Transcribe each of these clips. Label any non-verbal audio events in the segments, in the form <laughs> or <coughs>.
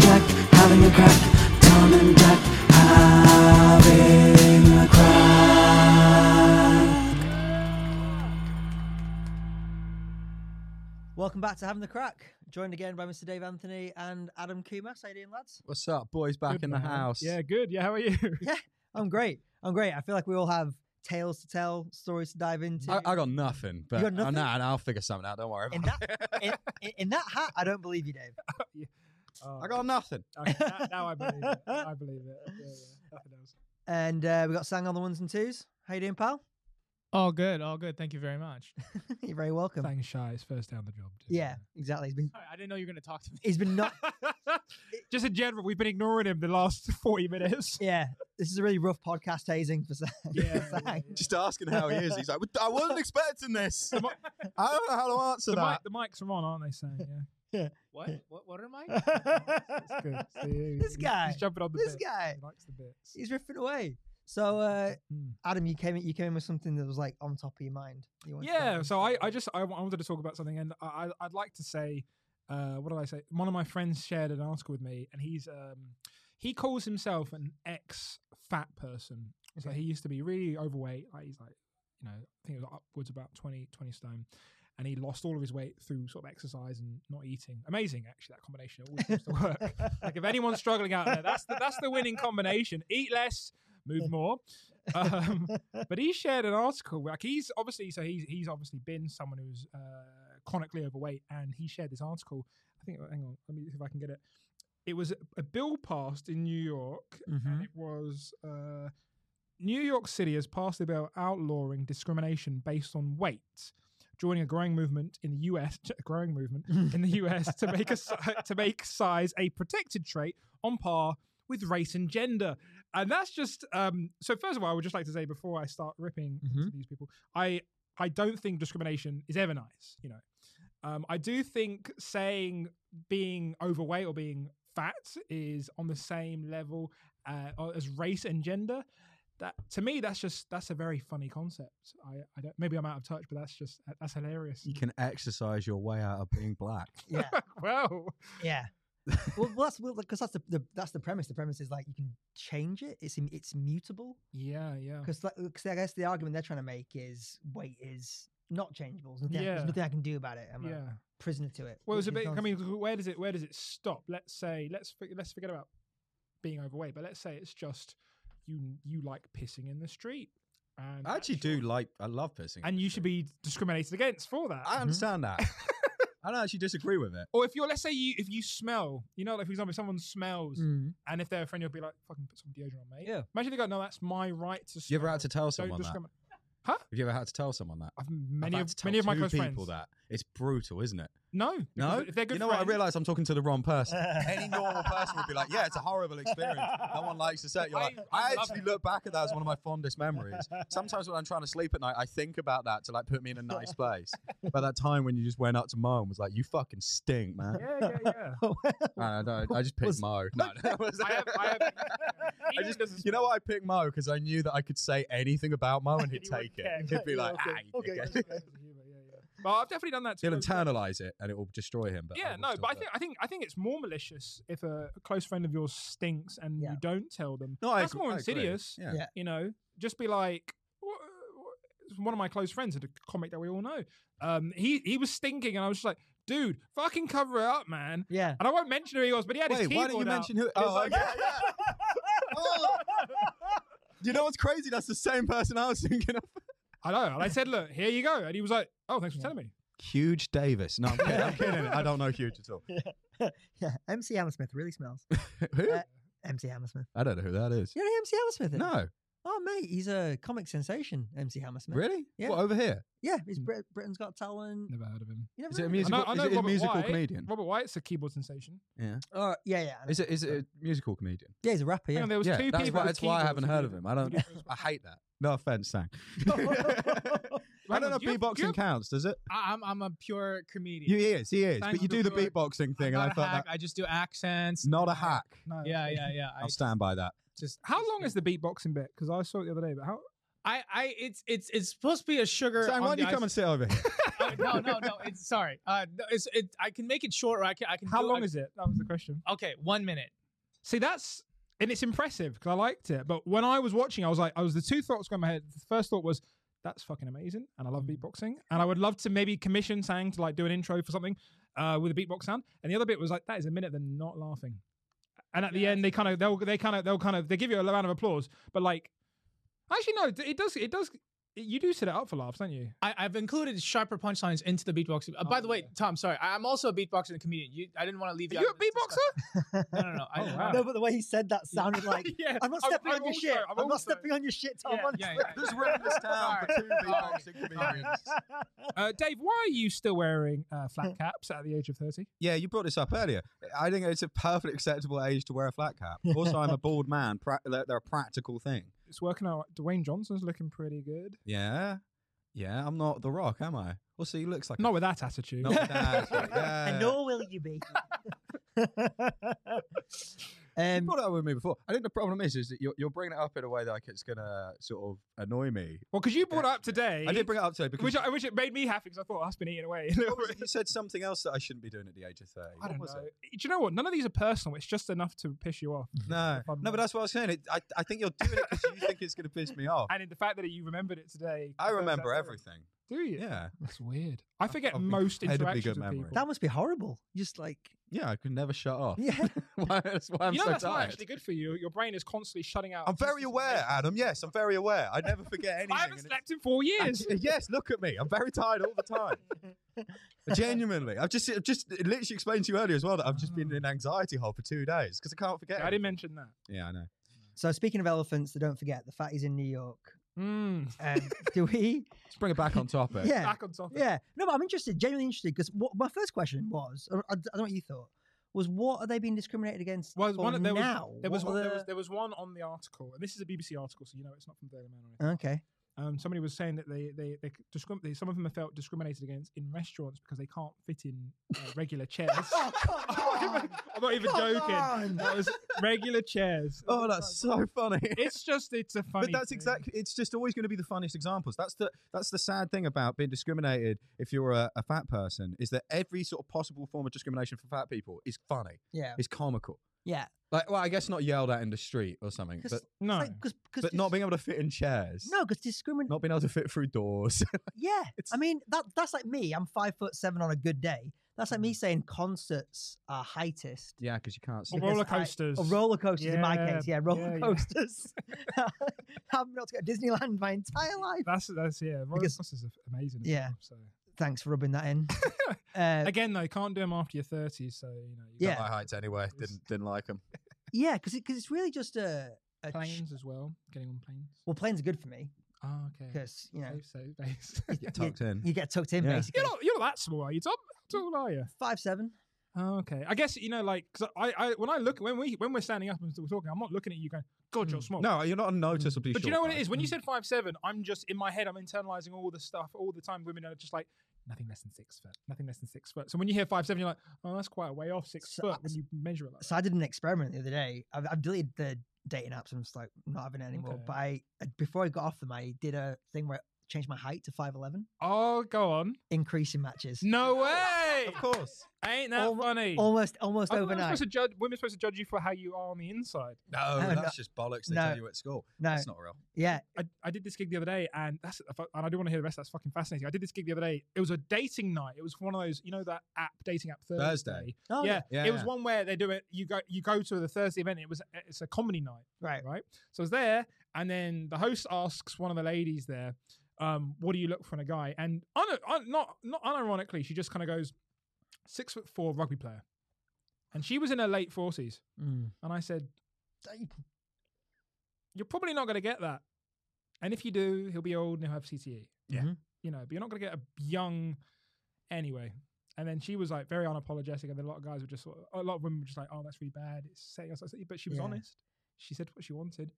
having a crack. Tom and Jack having a crack. Welcome back to Having the Crack. Joined again by Mr. Dave Anthony and Adam Kumas. How you doing, lads? What's up, boys? Back Good in the man. house. Yeah, good. Yeah, how are you? I'm great. I'm great. I feel like we all have tales to tell, stories to dive into. I, I got nothing, but got nothing? I know, and I'll figure something out. Don't worry. In about it. in, in- in that hat, I don't believe you, Dave. Oh, I <laughs> got nothing. okay, now- now <laughs> I believe it. I believe it. Yeah, yeah, nothing else. And uh, we got Sang on the ones and twos. How you doing, pal? All good, all good. Thank you very much. <laughs> You're very welcome. Thanks, Shy. It's first down the job. too. yeah, exactly. He's been Sorry, I didn't know you were going to talk to me. he's been <laughs> not. Just in general, we've been ignoring him the last 40 minutes. yeah, this is a really rough podcast hazing for Sang. for Sang. Just asking how he is. He's like, I <laughs> wasn't expecting this. I don't know how to answer The, that. mic, the mics are on, aren't they? Saying, <laughs> yeah. What? What, what am I? It's good. So, yeah, he- This he's- guy. He's jumping on the This bits. guy. He likes the bits. He's riffing away. So, uh, Mm. Adam, you came in, you came in with something that was like on top of your mind. that You wanted to Yeah. dive So I, into. I <laughs> just I, wa- I wanted to talk about something, and I, I- I'd like to say, uh, what did I say? One of my friends shared an article with me, and he's um, he calls himself an ex fat person. So Okay. he used to be really overweight. Like he's like, you know, I think it was upwards about 20, 20 stone. And he lost all of his weight through sort of exercise and not eating. Amazing, actually, that combination always seems to <laughs> work. like if anyone's struggling out there, that's the, that's the winning combination. Eat less, move more. Um, but he shared an article. Like he's obviously so he's he's obviously been someone who's uh, chronically overweight, and he shared this article. I think hang on, let me see if I can get it. It was a bill passed in New York, Mm-hmm. and it was uh, New York City has passed a bill outlawing discrimination based on weight. Joining a growing movement in the U.S., <laughs> a growing movement in the U.S. to make a si- <laughs> to make size a protected trait on par with race and gender. And that's just um so first of all, I would just like to say before I start ripping Mm-hmm. into these people, I I don't think discrimination is ever nice, you know. Um I do think saying being overweight or being fat is on the same level uh, or- as race and gender. That to me that's just that's a very funny concept. I, I don't maybe I'm out of touch, but that's just that's hilarious. You can exercise your way out of being black. yeah, <laughs> Wow. yeah. well, well, that's because that's the, the that's the premise. The premise is like you can change it. It's im- it's mutable. Yeah, yeah. Because I guess the argument they're trying to make is weight is not changeable. There's nothing, Yeah. there's nothing I can do about it. I'm Yeah. a prisoner to it. Well, it's a which is bit. I nonsense. <laughs> mean, where does it where does it stop? Let's say let's for- let's forget about being overweight, but let's say it's just you you like pissing in the street. And I actually that's your- do like, I love pissing. and you should be Mm-hmm. discriminated against for that. I understand <laughs> that. I don't actually disagree with it. or if you're, let's say you, if you smell, you know, like for example, if someone smells, Mm. and if they're a friend, you'll be like, "Fucking put some deodorant on, mate." Yeah. Imagine they go, "No, that's my right to." You Smell. ever had to tell Don't someone that? Have discriminate. you ever had to tell someone that? I've I've many had of to tell many of my two close friends. people that. It's brutal, isn't it? No, because No, If they're good you know friends, what? I realise I'm talking to the wrong person. <laughs> Any normal person would be like, "Yeah, it's a horrible experience. No one likes to say." it." You're like, I- I I, love actually look back at that as one of my fondest memories. Sometimes when I'm trying to sleep at night, I think about that to like put me in a <laughs> nice place. but that time when you just went up to Mo and was like, "You fucking stink, <laughs> man." Yeah, yeah, yeah. I, I don't- I just picked Was- <laughs> Mo. No, that was- I have, I have. <laughs> I Ian doesn't just, you know what? I picked Mo because I knew that I could say anything about Mo and <laughs> he'd He take wouldn't care. it. He'd be like, "Ah, you Okay. dickhead." Yeah, yeah. But I've definitely done that too. He'll I've done- internalize it and it will destroy him. But I yeah, will no, still but I do it. think I think I think it's more malicious if a close friend of yours stinks and Yeah. you don't tell them. no, I That's agree- more I agree. insidious. Yeah. Yeah. You know, just be like, "Wha- wha- it's one of my close friends, a comic that we all know. Um, he he was stinking, and I was just like, dude, fucking cover it up, man. Yeah. And I won't mention who he was, but he had his Wait, why don't keyboard you out. mention who? was Oh, like- okay, yeah. Oh. <laughs> You know what's crazy? That's the same person I was thinking of. I know. And I said, look, here you go. And he was like, oh, thanks for telling me. Huge Davis. No, I'm kidding. <laughs> I'm kidding. I don't know Huge at all. <laughs> yeah. MC Hammersmith really smells. Who? Uh, MC Hammersmith. I don't know who that is. You know who MC Hammersmith? is? No, Oh mate, he's a comic sensation. MC Hammersmith. really? Yeah. What over here? Yeah, he's Brit- Britain's Got Talent. Never heard of him. You never Is it a heard of him? musical? I know is it a Robert musical White. comedian? Robert White's a keyboard sensation. Yeah. Oh yeah, yeah. I know. Is it? Is it a musical comedian? yeah, he's a rapper. Hang Yeah. <laughs> on, there was yeah. two that's people. why. with That's why I haven't keyboards heard who of did him. that. I don't. Who did those I hate that. No offense, <laughs> Sang. I Hang don't know on, if do you have- do beatboxing you have- counts, does it? <laughs> I, I'm, I'm a pure comedian. He is. He is. Sang But you do will the do it. beatboxing I'm thing, and not I a thought hack, that I just do accents. not a hack. No. Yeah, yeah, yeah. I I'll stand by that. Just How just long do- is the beatboxing bit? Because I saw it the other day. But how? I? I it's it's it's supposed to be a sugar. Sang, on why don't the you come and ice- sit over here? Oh, no, <laughs> no, no. It's sorry. Uh, no, it's it. I can make it short, or I can I can. How do- long I- is it? That was the question. Okay, one minute. See, that's and it's impressive because I liked it. But when I was watching, I was like, I was the two thoughts going in my head. The first thought was, that's fucking amazing, and I love beatboxing, and I would love to maybe commission Sang to like do an intro for something uh, with a beatbox sound. And the other bit was like, that is a minute they're not laughing, and at the Yeah, end they kind of they'll they kind of they'll kind of they give you a round of applause, but like, actually no, it does it does you do set it up for laughs, don't you? I, I've included sharper punchlines into the beatboxing. Uh, by Oh, the way, yeah. Tom, sorry, I, am also a beatboxer and a comedian. You, I didn't want to leave Are you. you out a of this beatboxer? discussion. No, no, no. <laughs> I, Oh, no, wow. No, but the way he said that sounded like <laughs> <laughs> yeah, I'm not stepping I'm on your also- shit. I'm I'm, not also- stepping on your shit, Tom. Yeah, honestly. yeah, <laughs> There's room <laughs> in this town for two beatboxing comedians. Uh, Dave, why are you still wearing uh, flat caps at the age of 30? Yeah, you brought this up earlier. I think it's a perfectly acceptable age to wear a flat cap. Also, I'm a bald man. Pra- they're they're a practical thing. It's working out. Dwayne Johnson's looking pretty good. Yeah, yeah. I'm not The Rock, am I? Also, he looks like Not with that attitude. A, <laughs> not with <laughs> that. <laughs> yeah. And nor will you be. <laughs> You um, brought it up with me before. I think the problem is, is that you're, you're bringing it up in a way that like, it's gonna sort of annoy me. Well, because you brought it up today. I did bring it up today because which I, which it made me happy because I thought "Oh, that's been eaten away. <laughs> a little What was bit. it? <laughs> you said something else that I shouldn't be doing at the age of thirty. I What don't know. was it? Do you know what? None of these are personal. It's just enough to piss you off. No, If I'm no, but right. that's what I was saying. It, I, I think you're doing it because you think it's going to piss me <laughs> off. And in the fact that you remembered it today. I confirms remember that everything. theory. Do you? Yeah, That's weird. I forget I've got most incredibly interactions good with memory. people. that must be horrible. Just like, yeah, I could never shut off. yeah. <laughs> why, that's why I'm you know so that's not tired. actually good for you. Your brain is constantly shutting out. I'm very pieces of aware, information. Adam. Yes, I'm very aware. I never forget <laughs> anything. I haven't and slept in four it's- years. Actually, yes, look at me. I'm very tired all the <laughs> time. Genuinely, I've just, I've just it literally explained to you earlier as well that I've just been in an anxiety hole for two days because I can't forget. Ah. <laughs> I didn't mention that. anything. Yeah, I know. So speaking of elephants, that don't forget the fatties in New York. Hmm. Mm. Um, do we? Let's bring it back on <laughs> topic. Yeah. Back on topic. Yeah. No, but I'm interested, genuinely interested, because what my first question was, I, I- I don't know what you thought, was what are they being discriminated against Well, for Oh, one, there was, now? there was What one, are there was the- there was one on the article, and this is a BBC article, so you know it's not from Daily Mail. Or anything. Okay. <laughs> Um, somebody was saying that they they, they, c- discrim- they some of them have felt discriminated against in restaurants because they can't fit in uh, regular chairs. <laughs> I'm not even joking. That was regular chairs. Oh, that's so funny. It's just it's a funny. but that's thing. exactly it's just always going to be the funniest examples that's the that's the sad thing about being discriminated if you're a, a fat person is that every sort of possible form of discrimination for fat people is funny Yeah. is comical Yeah. like well i guess not yelled at in the street or something but Because No, <laughs> cause, cause but not dis- being able to fit in chairs No, because discriminate. not being able to fit through doors <laughs> Yeah, I It's- mean that that's like me. I'm five foot seven on a good day. That's like Mm. me saying concerts are heightest. yeah because you can't see or because roller I- coasters. Or roller coasters in my Yeah, case, yeah, roller yeah. coasters. <laughs> I've not got Disneyland my entire life. that's that's yeah. Roller Because- coasters are amazing. as Yeah. well, so. Thanks for rubbing that <laughs> in. uh, Again, though, can't do them after your thirties, so you know. You Yeah. Not my heights anyway didn't didn't like them yeah, because because it's really just a, a ch- got planes as well. Getting on planes. well, planes are good for me Oh, okay. because you know Safe, <laughs> safe base. you- tucked in you get tucked in Yeah. basically. You're not, you're not that small, are you, Tom? How tall are you? Five seven. Oh, okay. I guess you know, like, because I, I, when I look, when we, when we're standing up and we're talking, I'm not looking at you going, "God, you're Mm. small." no you're not a noticeably but do you know short Mm. what it guy. is? When you said five seven, I'm just in my head, I'm internalizing all the stuff all the time. Women are just like nothing less than six foot, nothing less than six foot. So when you hear five seven, you're like, "Oh, that's quite a way off six So- foot." When you measure it, like So I did an experiment the other day. I've, I've deleted the dating apps. I'm just like not having it anymore. Okay. But I uh, before I got off them, I did a thing where I changed my height to five eleven, that. oh, go on. increasing matches. <laughs> No way. of course Ain't that Almo- funny? Almost, almost I thought they were overnight. supposed to judge, women are supposed to judge you for how you are on the inside. no <laughs> No, no. that's just bollocks they No. tell you at school No, that's not real yeah, I, I did this gig the other day, and that's a fu- and I do want to hear the rest. That's fucking fascinating. I did this gig the other day. It was a dating night. It was one of those, you know, that app dating app Thursday. Thursday. oh, yeah, yeah. it Yeah, was yeah. one where they do it. You go, you go to the Thursday event. It was it's a comedy night, right. right? So I was there, and then the host asks one of the ladies there, um, "What do you look for in a guy?" And un, un, not not unironically, she just kind of goes, six foot four rugby player," and she was in her late forties, Mm. and I said, Uh, you- you're probably not going to get that. And if you do, he'll be old and he'll have CTE. Yeah. Mhm. You know, but you're not going to get a young anyway. And then she was like very unapologetic, and then a lot of guys were just sort of, a lot of women were just like, "Oh, that's really bad. It's setting us." up." But she was Yeah. honest. She said what she wanted.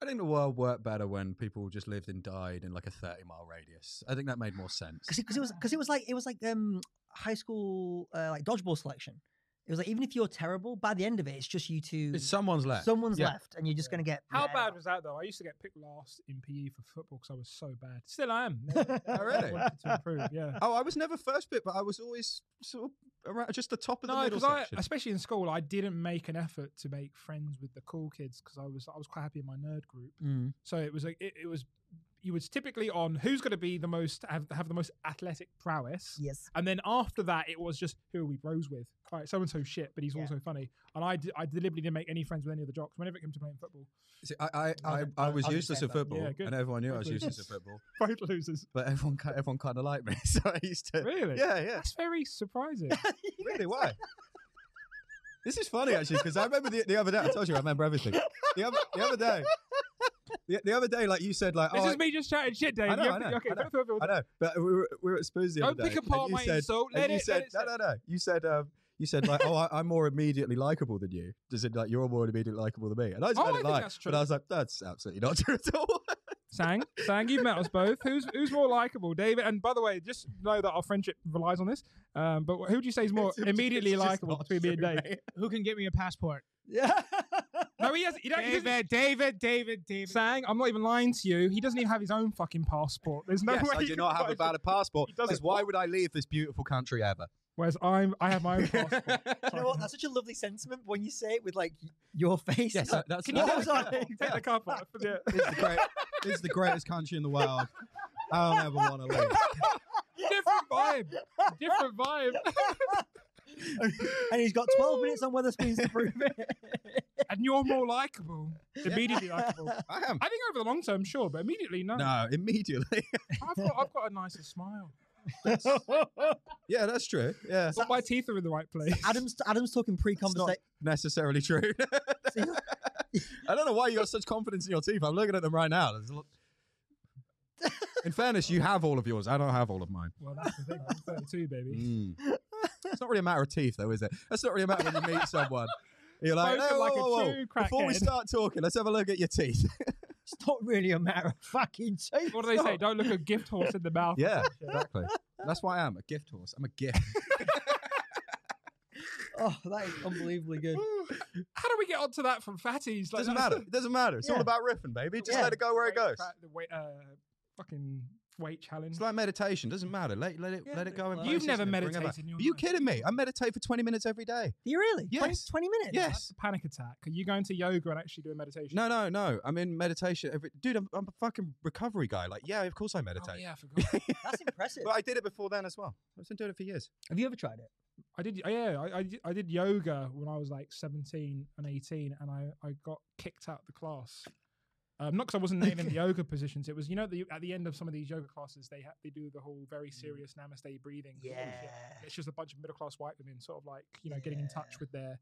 I think the world worked better when people just lived and died in like a 30 mile radius. I think that made more sense. because it, 'cause it was because it was like it was like um high school uh, like dodgeball selection. It was like even if you're terrible, by the end of it, it's just you two. It's someone's left. someone's yeah. left, and you're just Yeah. gonna get How yeah. bad was that though? I used to get picked last in PE for football because I was so bad. <laughs> Still, I am. Never- Oh, never really? wanted to improve. Yeah. oh, I was never first pick, but I was always sort of around, just the top of the No, middle because I, section. especially in school, I didn't make an effort to make friends with the cool kids because I was I was quite happy in my nerd group. Mm. So it was like it, it was you was typically on who's going to be the most have, have the most athletic prowess, <laughs> Yes. <laughs> and then after that it was just who are we bros with? All right, so and so shit, but he's Yeah. also funny. And I d- I deliberately didn't make any friends with any of the jocks whenever it came to playing football. <laughs> See, I, I, I, Okay. I was I was useless the at same, football, Yeah, good. and everyone <laughs> knew I was Good. useless at football. Both losers, But everyone, ki- everyone kind of liked me, <laughs> so I used to. really? Yeah, yeah. that's <laughs> very surprising. Really? <laughs> Why? this is funny actually because I remember the, the other day. I told you I remember everything. The other, the other day, the, the other day, like you said, like this oh, is me just chatting shit, Dave. I know, You I have to- know, okay, I know, don't feel- I know, but we were, we were at Spurs the Don't other day. pick apart and you my said, insult. and Let you it- said, let it no, no, no. You said, um, you said like, oh, I, I'm more immediately likable than you. Does it like you're more immediately likable than me? And I just Oh, had I it think like, that's but true. I was like, that's absolutely not <laughs> true at all. Sang, Sang, you've met us both. Who's who's more likable, David? And by the way, just know that our friendship relies on this. Um, but who do you say is <laughs> more It's just- immediately it's just likable not between me and true, Dave? mate. Who can get me a passport? Yeah. <laughs> No, he has. You don't, he doesn't- David, David, David, David. <laughs> Sang, I'm not even lying to you. He doesn't even have his own fucking passport. There's no Yes, way. I he do can not have buy a it. valid passport. He doesn't. Because why would I leave this beautiful country ever? Whereas I'm, I have <laughs> my own passport. you know what? That's such a lovely sentiment when you say it with like your face. <laughs> Yes, <laughs> that- that's Can you what do I it? was <laughs> like. Take the card back. Yeah. It's the, great, it's the greatest country in the world. I'll never want to leave. <laughs> Different vibe. Different vibe. and he's got 12 minutes on Weatherspoons to prove it. And you're more likable. Immediately likable. I am. I think over the long term, sure, but immediately, no. No, immediately. <laughs> I've got, I've got a nicer smile. Yeah, that's true. Yeah, But my teeth are in the right place. Adam's Adam's talking It's not pre-conversation. necessarily true. <laughs> I don't know why you got such confidence in your teeth. I'm looking at them right now. <laughs> There's a lot- In fairness, you have all of yours. I don't have all of mine. Well, that's the thing. I'm 32, baby. Mm. It's not really a matter of teeth, though, is it? That's not really a matter when you <laughs> meet someone. You're like, Spoken "Hey, like a whoa, whoa, whoa. true before we crackhead." start talking, let's have a look at your teeth. It's not really a matter of fucking taste. What do they say? Don't look a gift horse in the <laughs> mouth. Mm. yeah, exactly. That's why I am a gift horse. I'm a gift. <laughs> Oh, that is unbelievably good. How do we get onto that from fatties? It doesn't matter. It doesn't matter. It's all Yeah. about riffing, baby. Just Yeah. let it go where it goes. The weight, uh, fucking weight challenge. It's like meditation. Doesn't matter. Let, let it Yeah, let it go. And like- You've never meditated. meditated in your Are you life. kidding me? I meditate for 20 minutes every day. Do you really? 20 Yes. 20, minutes? Yeah. That's a panic attack. Are you going to yoga and actually doing meditation? Oh, No, no, no. I'm in meditation every. Dude, I'm, I'm a fucking recovery guy. Like, yeah, of course I Oh, meditate. yeah, I forgot. That's <laughs> impressive. But I did it before then as well. I've been doing it for years. Have you ever tried it? I did. oh, Yeah, I, I, did- I did yoga when I was like 17 and 18, and I, I got kicked out of the class. Um, not because I wasn't <laughs> nailing the yoga positions. It was you know the, at the end of some of these yoga classes they ha- they do the whole very Mm. serious namaste breathing. and all this shit. it's just a bunch of middle class white women sort of like you know getting in touch with their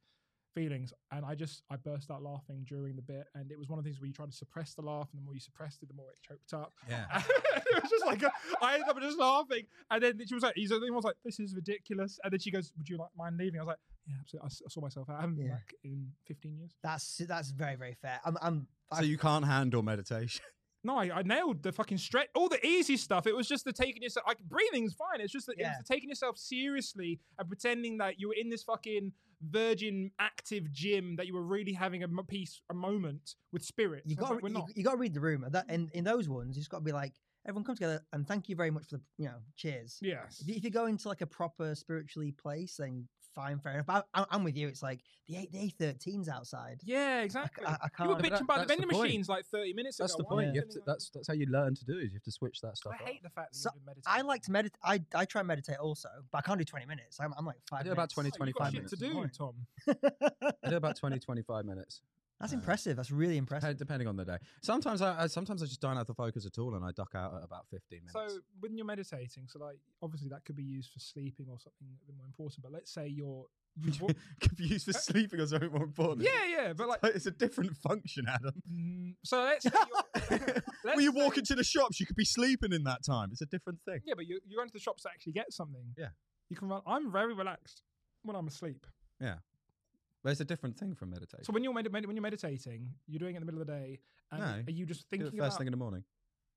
feelings and i just i burst out laughing during the bit and it was one of the things where you try to suppress the laugh and the more you suppressed it the more it choked up <laughs> Yeah. it was just like a, i ended up just laughing and then she was like he's was like this is ridiculous and then she goes would you like mind leaving i was like yeah absolutely i, s- I saw myself out. i haven't been Yeah. back in 15 years That's that's very very fair. I'm I'm So you can't handle meditation. no I, I nailed the fucking stretch all the easy stuff it was just the taking yourself like breathing's fine it's just that it Yeah. was the taking yourself seriously and pretending that you were in this fucking virgin active gym that you were really having a mo- piece a moment with spirit you So it's got like, we're you, not you got to read the room. And That and in those ones, you just got to be like everyone come together and thank you very much for the you know cheers. yes If you, if you go into like a proper spiritually place, then fine, fair enough. But I, I'm with you. It's like the eight the A13s outside. yeah I c- exactly I, I you were can't. bit- bitching that- about the that's the vending point. machines like 30 minutes <laughs> ago That's the Why point. are You you have to, doing that? that's that's how you learn to do it. is You have to switch that stuff. i up. hate the fact that So, you've been I meditating. like to meditate. I, I try and meditate also, but I can't do 20 minutes. I'm, I'm like five. I do about minutes. 20, Oh, you've got 25 shit minutes. to do tom I do about 20, 25 <laughs> minutes. That's Uh, impressive. That's really impressive. Dep- Depending on the day. Sometimes I, I sometimes I just don't have the focus at all, and I duck out at about fifteen minutes. So when you're meditating, so like obviously that could be used for sleeping or something a bit more important. But let's say you're you wa- <laughs> Confused for sleeping or something more important. yeah yeah, but like it's a different function, Adam. mm, so let's say <laughs> you're, <laughs> let's when you say- walk into the shops, you could be sleeping in that time. It's a different thing. yeah, but you you go into the shops to actually get something. Yeah. you can run. I'm very relaxed when I'm asleep. But it's a different thing from meditation. So when you're med- med- when you're meditating, you're doing it in the middle of the day, and No, are you just Do it thinking first about? thing in the morning.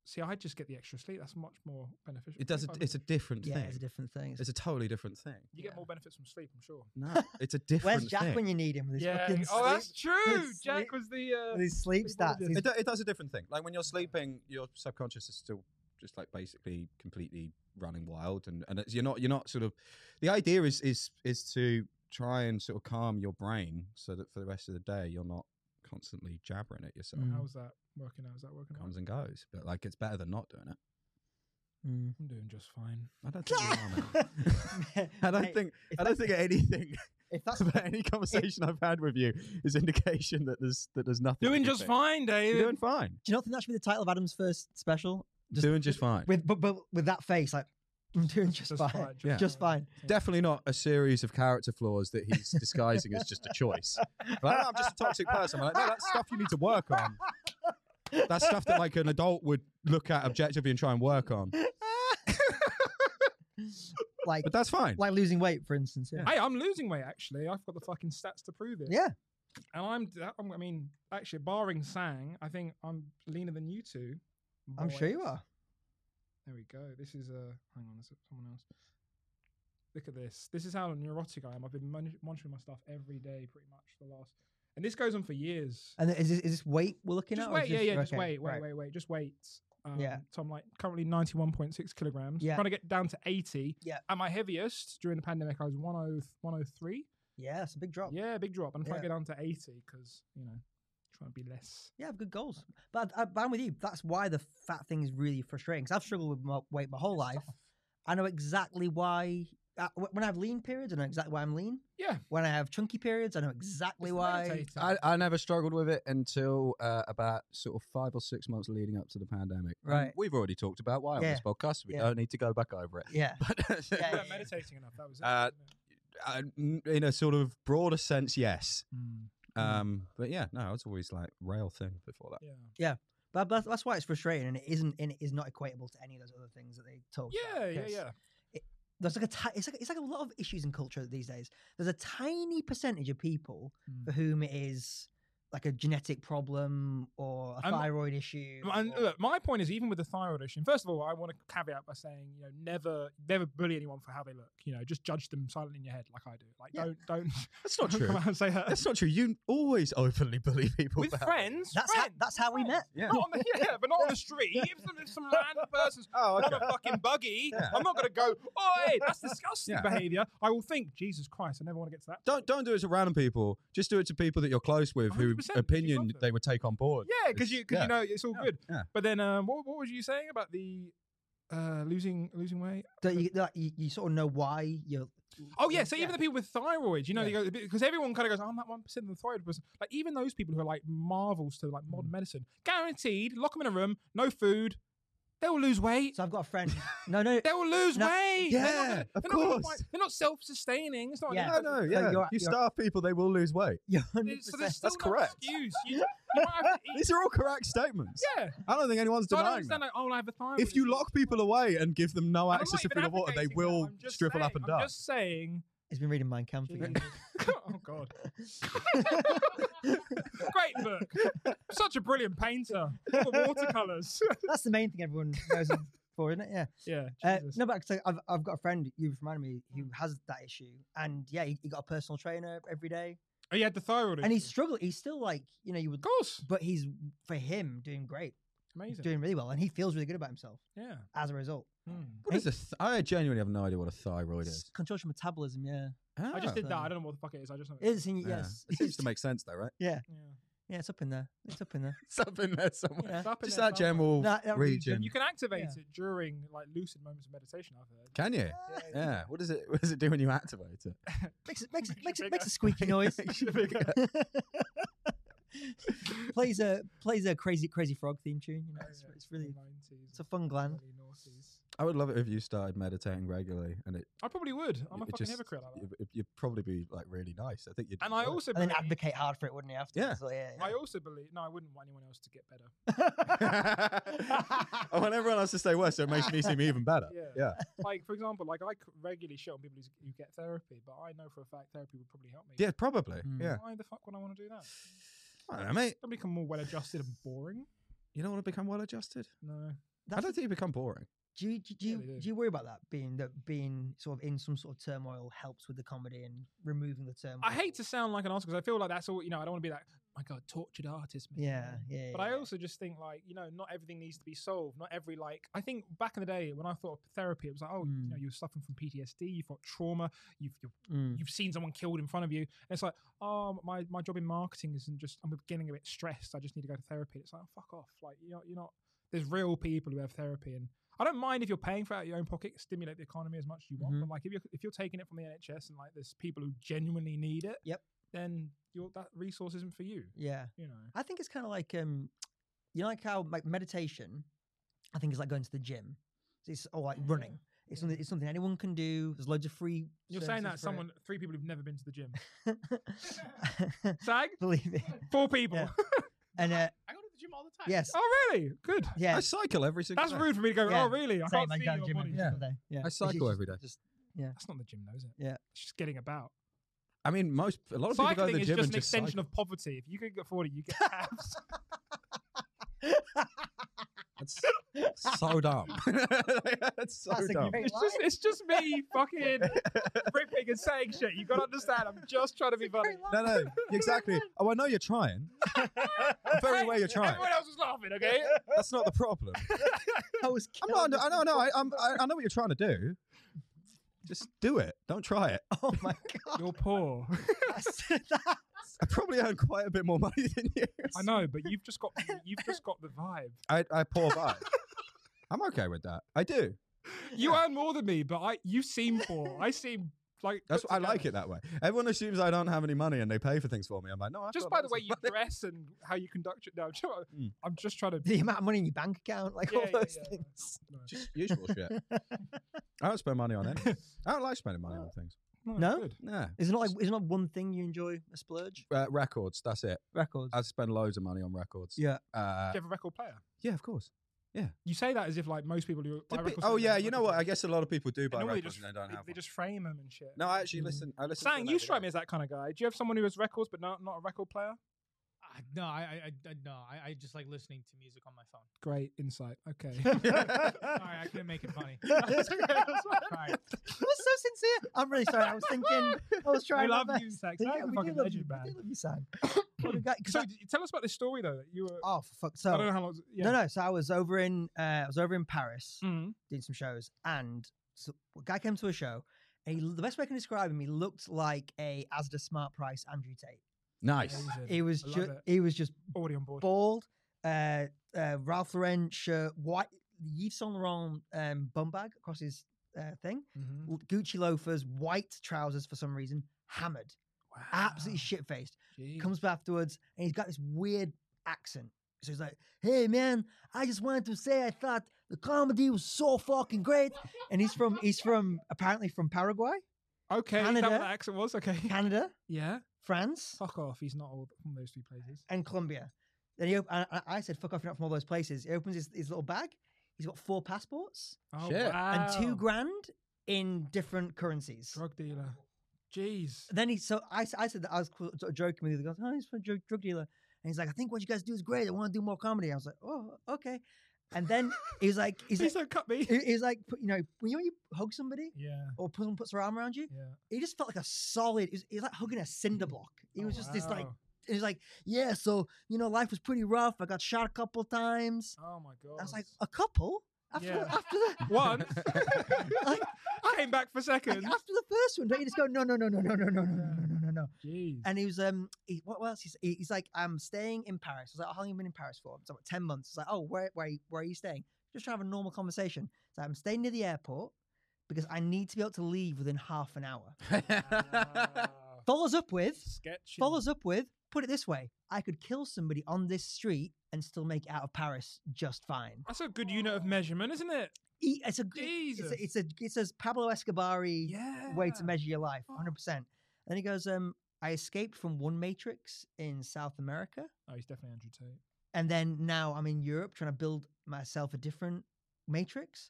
see, I just get the extra sleep. That's much more beneficial. It does. A, 25 it's a minutes. different yeah, thing. it's a different thing. It's a totally different thing. you yeah. get more benefits from sleep. I'm sure. No, <laughs> it's a different Where's Jack thing. when you need him? With his Yeah. fucking Oh, that's sleep- true. His Jack sleep- was the. Uh, with his sleep sleep all stats. the- His it, do- it does a different thing. Like when you're sleeping, your subconscious is still just like basically completely running wild, and and it's, you're not you're not sort of the idea is is is to try and sort of calm your brain so that for the rest of the day you're not constantly jabbering at yourself. Mm. How's that working out? Is that working out? Comes and goes, but like it's better than not doing it. <laughs> Mm. I'm doing just fine. I don't <laughs> think. we are, mate. Oh, <laughs> I don't Mate, think if I don't that's- think anything <laughs> if that's about any conversation I've had with you is indication that there's that there's nothing. Doing you just think. fine, You're David. doing fine. Do you not think that should be the title of Adam's first special? Just- doing just <laughs> fine. With but, but with that face, like <laughs> I'm doing just, fine. Yeah. Just fine. Definitely not a series of character flaws that he's <laughs> disguising as just a choice. Like, "No, I'm just a toxic person. I'm like, no, that's stuff you need to work on. That's stuff that like an adult would look at objectively and try and work on. like But that's fine. like losing weight, for instance. Yeah. Hey, I'm losing weight actually. I've got the fucking stats to prove it. Yeah. And I'm, d- I'm I mean, actually, barring Sang, I think I'm leaner than you two. I'm sure you boys. are. There we go. This is Uh, hang on, is it someone else? Look at this. This is how neurotic I am. I've been mon- monitoring my stuff every day, pretty much for the last. And this goes on for years. And is this, is this weight we're looking just at? or wait, is yeah, this- yeah. Just okay, wait, wait, right. wait, wait. Just wait. Um, Yeah. So I'm like currently 91.6 kilograms. Yeah. Trying to get down to 80. Yeah. At my heaviest during the pandemic, I was oh, 10 103. Yeah, that's a big drop. Yeah, Yeah, big drop. I'm trying Yeah. to get down to 80 because, you know, trying to be less. have good goals. But I, I, am with you. That's why the fat thing is really frustrating. Because I've struggled with my weight my whole life. I know exactly why. Uh, wh- when I have lean periods, I know exactly why I'm lean. Yeah. When I have chunky periods, I know exactly It's why. meditating. I, I never struggled with it until uh, about sort of five or six months leading up to the pandemic. And Right. we've already talked about why on this podcast. We Yeah. don't need to go back over it. Yeah. <laughs> But We Yeah, <laughs> weren't meditating enough. That was it. Uh, wasn't it? uh, n- in a sort of broader sense, yes. Mm, Um, but yeah, no, I was always like rail thin before that. yeah. But that's, that's why it's frustrating, and it isn't, and it is not equatable to any of those other things that they told. Yeah, yeah, yeah. There's like a, ti- it's like it's like a lot of issues in culture these days. There's a tiny percentage of people Mm. for whom it is like a genetic problem or a I'm- thyroid issue. M- And or- look, my point is, even with the thyroid issue, first of all, I want to caveat by saying, you know, never, never bully anyone for how they look. You know, just judge them silently in your head, like I do. Like, Yeah. don't, don't, That's not <laughs> don't true. come out and say that. That's not true. You always openly bully people With about- friends, Oh. that's how, friends, that's how we friends. met. Yeah. Not on the, yeah, but not on the street. If some, if some random person's Oh, on okay. a <laughs> fucking buggy, Yeah. I'm not going to go, oi, that's disgusting Yeah. behavior. I will think, Jesus Christ, I never want to get to that. Don't don't do it to random people. Just do it to people that you're close with, whose 100%, 'cause you love opinion them. they would take on board. Yeah, because you, cause yeah. you know it's all Yeah, good. yeah. But then, um, what, what was you saying about the uh, losing losing weight? That you, that you, you sort of know why you're. Oh yeah, so even the people with thyroids, you know, Yeah. they go because everyone kind of goes, "I'm that one percent of the thyroid person." Like even those people who are like marvels to like Mm. modern medicine, guaranteed, lock them in a room, no food, they will lose <laughs> weight. So I've got a <laughs> friend. No, no. They will lose No- weight. They're not Yeah, gonna- of they're not gonna course. find- they're not self-sustaining. It's not. Yeah. No, no, yeah. you're- you you're- starve people, they will lose weight. You're there's- So there's 100%. still That's no correct. <laughs> Excuse. You, you might have to eat. These are all correct statements. Yeah. I don't think anyone's So I don't denying understand. that. Like, oh, I have a thyroid. If you issue. lock people away and give them no And I'm access not to even food or water, they advocating that, will I'm just shrivel up saying- and die. I'm just saying. He's been reading Mein Kampf again. Jesus. oh God. Great book. Such a brilliant painter. Full of watercolors. <laughs> That's the main thing everyone knows him for, isn't it? Yeah. yeah. Uh, Jesus. Mm. no, but i I've, I've got a friend you've reminded me who has that issue, and yeah, he, he got a personal trainer every day, oh, you had the thyroid. and issue. he's struggled. He's still like you know you of would, course but he's for him doing great, he's amazing. doing really well, and he feels really good about himself yeah. as a result. Mm. What is a th- I genuinely have no idea what a thyroid It's Oh, is. controls your metabolism. Yeah, I just Ah. did that. Ah. I don't know what the fuck it is. I just know. it is. in- Yeah. Yes, It seems to make sense though, <laughs> right? yeah. yeah, it's up in there. It's up in <laughs> there. It's up in there somewhere. Yeah. It's up in Just there that somewhere. general That- that region. region. You can activate Yeah. it during like lucid moments of meditation. I've heard. Can you? Yeah. What does it <laughs> What does it do when you activate it? Makes it makes it <laughs> makes Makes you it bigger. makes a <laughs> squeaky noise. Makes you bigger. <laughs> plays a plays a crazy crazy frog theme tune. You know, <laughs> it's, it's really it's a fun gland. I would love it if you started meditating regularly, and it I probably would. I'm a it fucking just- hypocrite like that. You'd, you'd probably be like really nice. I think you'd. And I enjoy it. also And then believe- advocate hard for it, wouldn't you? After Yeah. yeah, I also believe. No, I wouldn't want anyone else to get better. <laughs> <laughs> I want everyone else to stay worse, so it makes me seem even better. <laughs> Yeah. Yeah. like for example, like I c- regularly shit on people who's- who get therapy, but I know for a fact therapy would probably help me. Yeah, probably. Mm. Yeah. Why the fuck would I want to do that? I don't know, mate. Don't become more well-adjusted and boring. You don't want to become well adjusted. No. I don't think you become boring. Do you do, do Yeah, you they do. do you worry about that being that being sort of in some sort of turmoil helps with the comedy and removing the turmoil? I hate to sound like an arsehole because I feel like that's all you know. I don't want to be that my god, tortured artist. man. Yeah, yeah. But I yeah. also just think like you know, not everything needs to be solved. Not every like I think back in the day when I thought of therapy, it was like oh you know Mm. you're suffering from PTSD, you've got trauma, you've you're, Mm. you've seen someone killed in front of you, and it's like oh my my job in marketing isn't just I'm getting a bit stressed. I just need to go to therapy. It's like oh, fuck off. Like you know you're not. There's real people who have therapy, and I don't mind if you're paying for it out of your own pocket, stimulate the economy as much as you want. Mm-hmm. But like if you're if you're taking it from the NHS and like there's people who genuinely need it, Yep. then your that resource isn't for you. yeah. You know. I think it's kind of like um, you know, like how like meditation. I think is like going to the gym. It's or like running. It's something. It's something anyone can do. There's loads of free. You're saying that services for someone, three people who've never been to <laughs> the gym. it. Sag, <laughs> Believe me. four people. Yeah. And uh, I go to the gym all the time. <laughs> yes, <laughs> Oh, really? Good. yeah. I cycle every single That's day. rude for me to go. Yeah, Oh, really? I same, can't I see go to your gym body. every Yeah. single day. Yeah. I It's cycle just- every day. Just That's not the gym, though, is it? Yeah. It's just getting about. I mean, most a lot of people go to Cycling the is gym just an and just extension cycle. of poverty. If you could afford it, you get abs. That's so <laughs> dumb. That's <laughs> so That's a dumb. <laughs> great it's just, <laughs> it's just me fucking ripping and saying shit. You gotta understand. I'm just trying to be funny. No, no, <laughs> exactly. <laughs> Oh, I know you're trying. Very way you're trying. Everyone else is laughing. Okay. <laughs> That's not the <laughs> problem. I was. I'm not. I know. No, I, I'm, I, I know what you're trying to do. Just do it. Don't try it. Oh my god. You're poor. That's- <laughs> that- <laughs> I probably earn quite a bit more money than you. I know, but you've just got you've just got <laughs> the vibe. I, I pour <laughs> by. I'm okay with that. I do. You earn more than me, but I you seem poor. I seem like That's put I like together. it that way. Everyone assumes I don't have any money and they pay for things for me. I'm like, no. I've Just got by the loads of way you money. dress and how you conduct it. No, I'm trying- Mm. I'm just trying to. the amount of money in your bank account, like Yeah, all yeah, those yeah. things. No. <laughs> just usual <laughs> shit. I don't spend money on anything. I don't like spending money on things. No? good. Nah. Is it not like? Is it not one thing you enjoy? A splurge? Uh, records. That's it. Records. I spend loads of money on records. Yeah. Uh, Do you have a record player? yeah, of course. You say that as if like most people who Did buy pe- records. oh don't have yeah, you know record what? I players. guess a lot of people do They buy normally records just and they don't they, have. they one. just frame them and shit. No, I actually Mm. listen. I listen. Sang, to you strike me as that kind of guy. Do you have someone who has records but not not a record player? Uh, no, I, I, I no, I, I just like listening to music on my <laughs> phone. Great insight. Okay. <laughs> Sorry, I couldn't make it <laughs> funny. <laughs> Sorry. That was so sincere. I'm really sorry. I was thinking. I was trying. <laughs> we my love best. you, Zach. Yeah, Zach's a we do love fucking you. legend, We man. do love you, <coughs> Sam. What a guy- 'cause <laughs> So I- d- tell us about this story though. That you were. oh, for fuck's I sake. don't know how long. Yeah. No, no. So I was over in, uh, I was over in Paris Mm. doing some shows, and so a guy came to a show. And he, the best way I can describe him, he looked like a Asda Smart Price Andrew Tate. nice. Amazing. He was I love just, it. he was just already on board. bald, uh, uh, Ralph Lauren shirt, white Yves Saint Laurent um, bum bag across his uh, thing, Mhm. l- Gucci loafers, white trousers for some reason, hammered, Wow. absolutely Ah, shit faced. Jeez. comes back afterwards and he's got this weird accent. So he's like, hey man, I just wanted to say I thought the comedy was so fucking great. And he's from he's from apparently from Paraguay, Okay, is that Canada. what the accent was? Okay. Canada, <laughs> Yeah. France, Fuck off. He's not all from those three places. and Colombia. Then he op- I, I- I said, fuck off, you're not from all those places. He opens his, his little bag. He's got four passports Oh, Shit. wow. and two grand in different currencies. Drug dealer. Jeez. Then he, so I, s- I said that I was qu- sort of joking with him. He goes, oh, he's a drug, drug dealer. And he's like, I think what you guys do is great. I want to do more comedy. I was like, oh, okay. And then he's like, he's like, Please don't cut <laughs> me. he- he's like, put- you know, when you, when you hug somebody Yeah. or someone puts their arm around you, Yeah. he just felt like a solid, he was, he was like hugging a cinder block. He Oh, was just this like, wow. he was like, yeah, so, you know, life was pretty rough. I got shot a couple times. Oh my god. I was like, a couple? After, Yeah. after <laughs> the, <laughs> <laughs> one. Like- I came <laughs> back for after seconds. the first one, don't you just go, no, no, no, no, no, no, no, no, no, no, no, no. Jeez. And he was um he, what what else? He's, he- he's like I'm staying in Paris. I was like, oh, how long you been in Paris for? It's like "What, ten months. It's like, oh, where where are you- where are you staying? Just trying to have a normal conversation. So I'm staying near the airport because I need to be able to leave within half an hour. Wow. Follows up with Sketchy. follows up with put it this way: I could kill somebody on this street and still make it out of Paris just fine. That's a good unit of measurement, isn't it? He- It's a g- Jesus. it's a it's a, it's a Pablo Escobar Yeah. way to measure your life, 100. Fuck. percent Then he goes, um, I escaped from one matrix in South America. Oh, he's definitely Andrew Tate. and then now I'm in Europe trying to build myself a different matrix.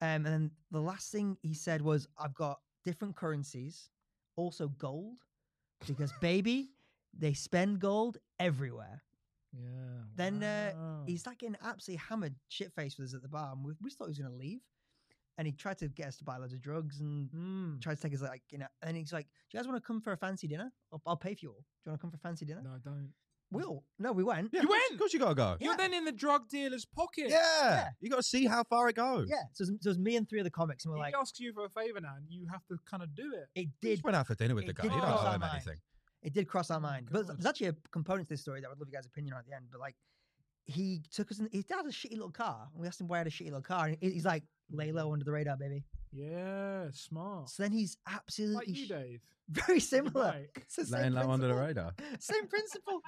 Um, and then the last thing he said was, "I've got different currencies, also gold, because baby, they spend gold everywhere." Yeah. Then, uh, wow. He's like getting absolutely hammered, shit faced with us at the bar, and we, we just thought he was going to leave. And he tried to get us to buy loads of drugs and Mm. tried to take us like you know. And he's like, "Do you guys want to come for a fancy dinner? I'll, I'll pay for you all. Do you want to come for a fancy dinner?" No, I don't. Will. No, we went. Yeah, You of course- win! Of course, you gotta go. You're then in the drug dealer's pocket. Yeah. You gotta see how far it goes. Yeah. So it was, so it was me and three of the comics, and we're He like, asks you for a favor now, and you have to kind of do it. it He did just went out for dinner with the it guy. He did don't cross owe our him minds. anything. it did cross our mind. But God. there's actually a component to this story that I would love you guys' opinion on at the end. But like, he took us in. His dad had a shitty little car. And we asked him why he had a shitty little car, and he- he's like, "Lay low under the radar, baby." Yeah, smart. So then he's Like absolutely Oh. you, sh- Dave. <laughs> very similar. Like, It's the same Laying low under the principle. radar. <laughs> Same principle.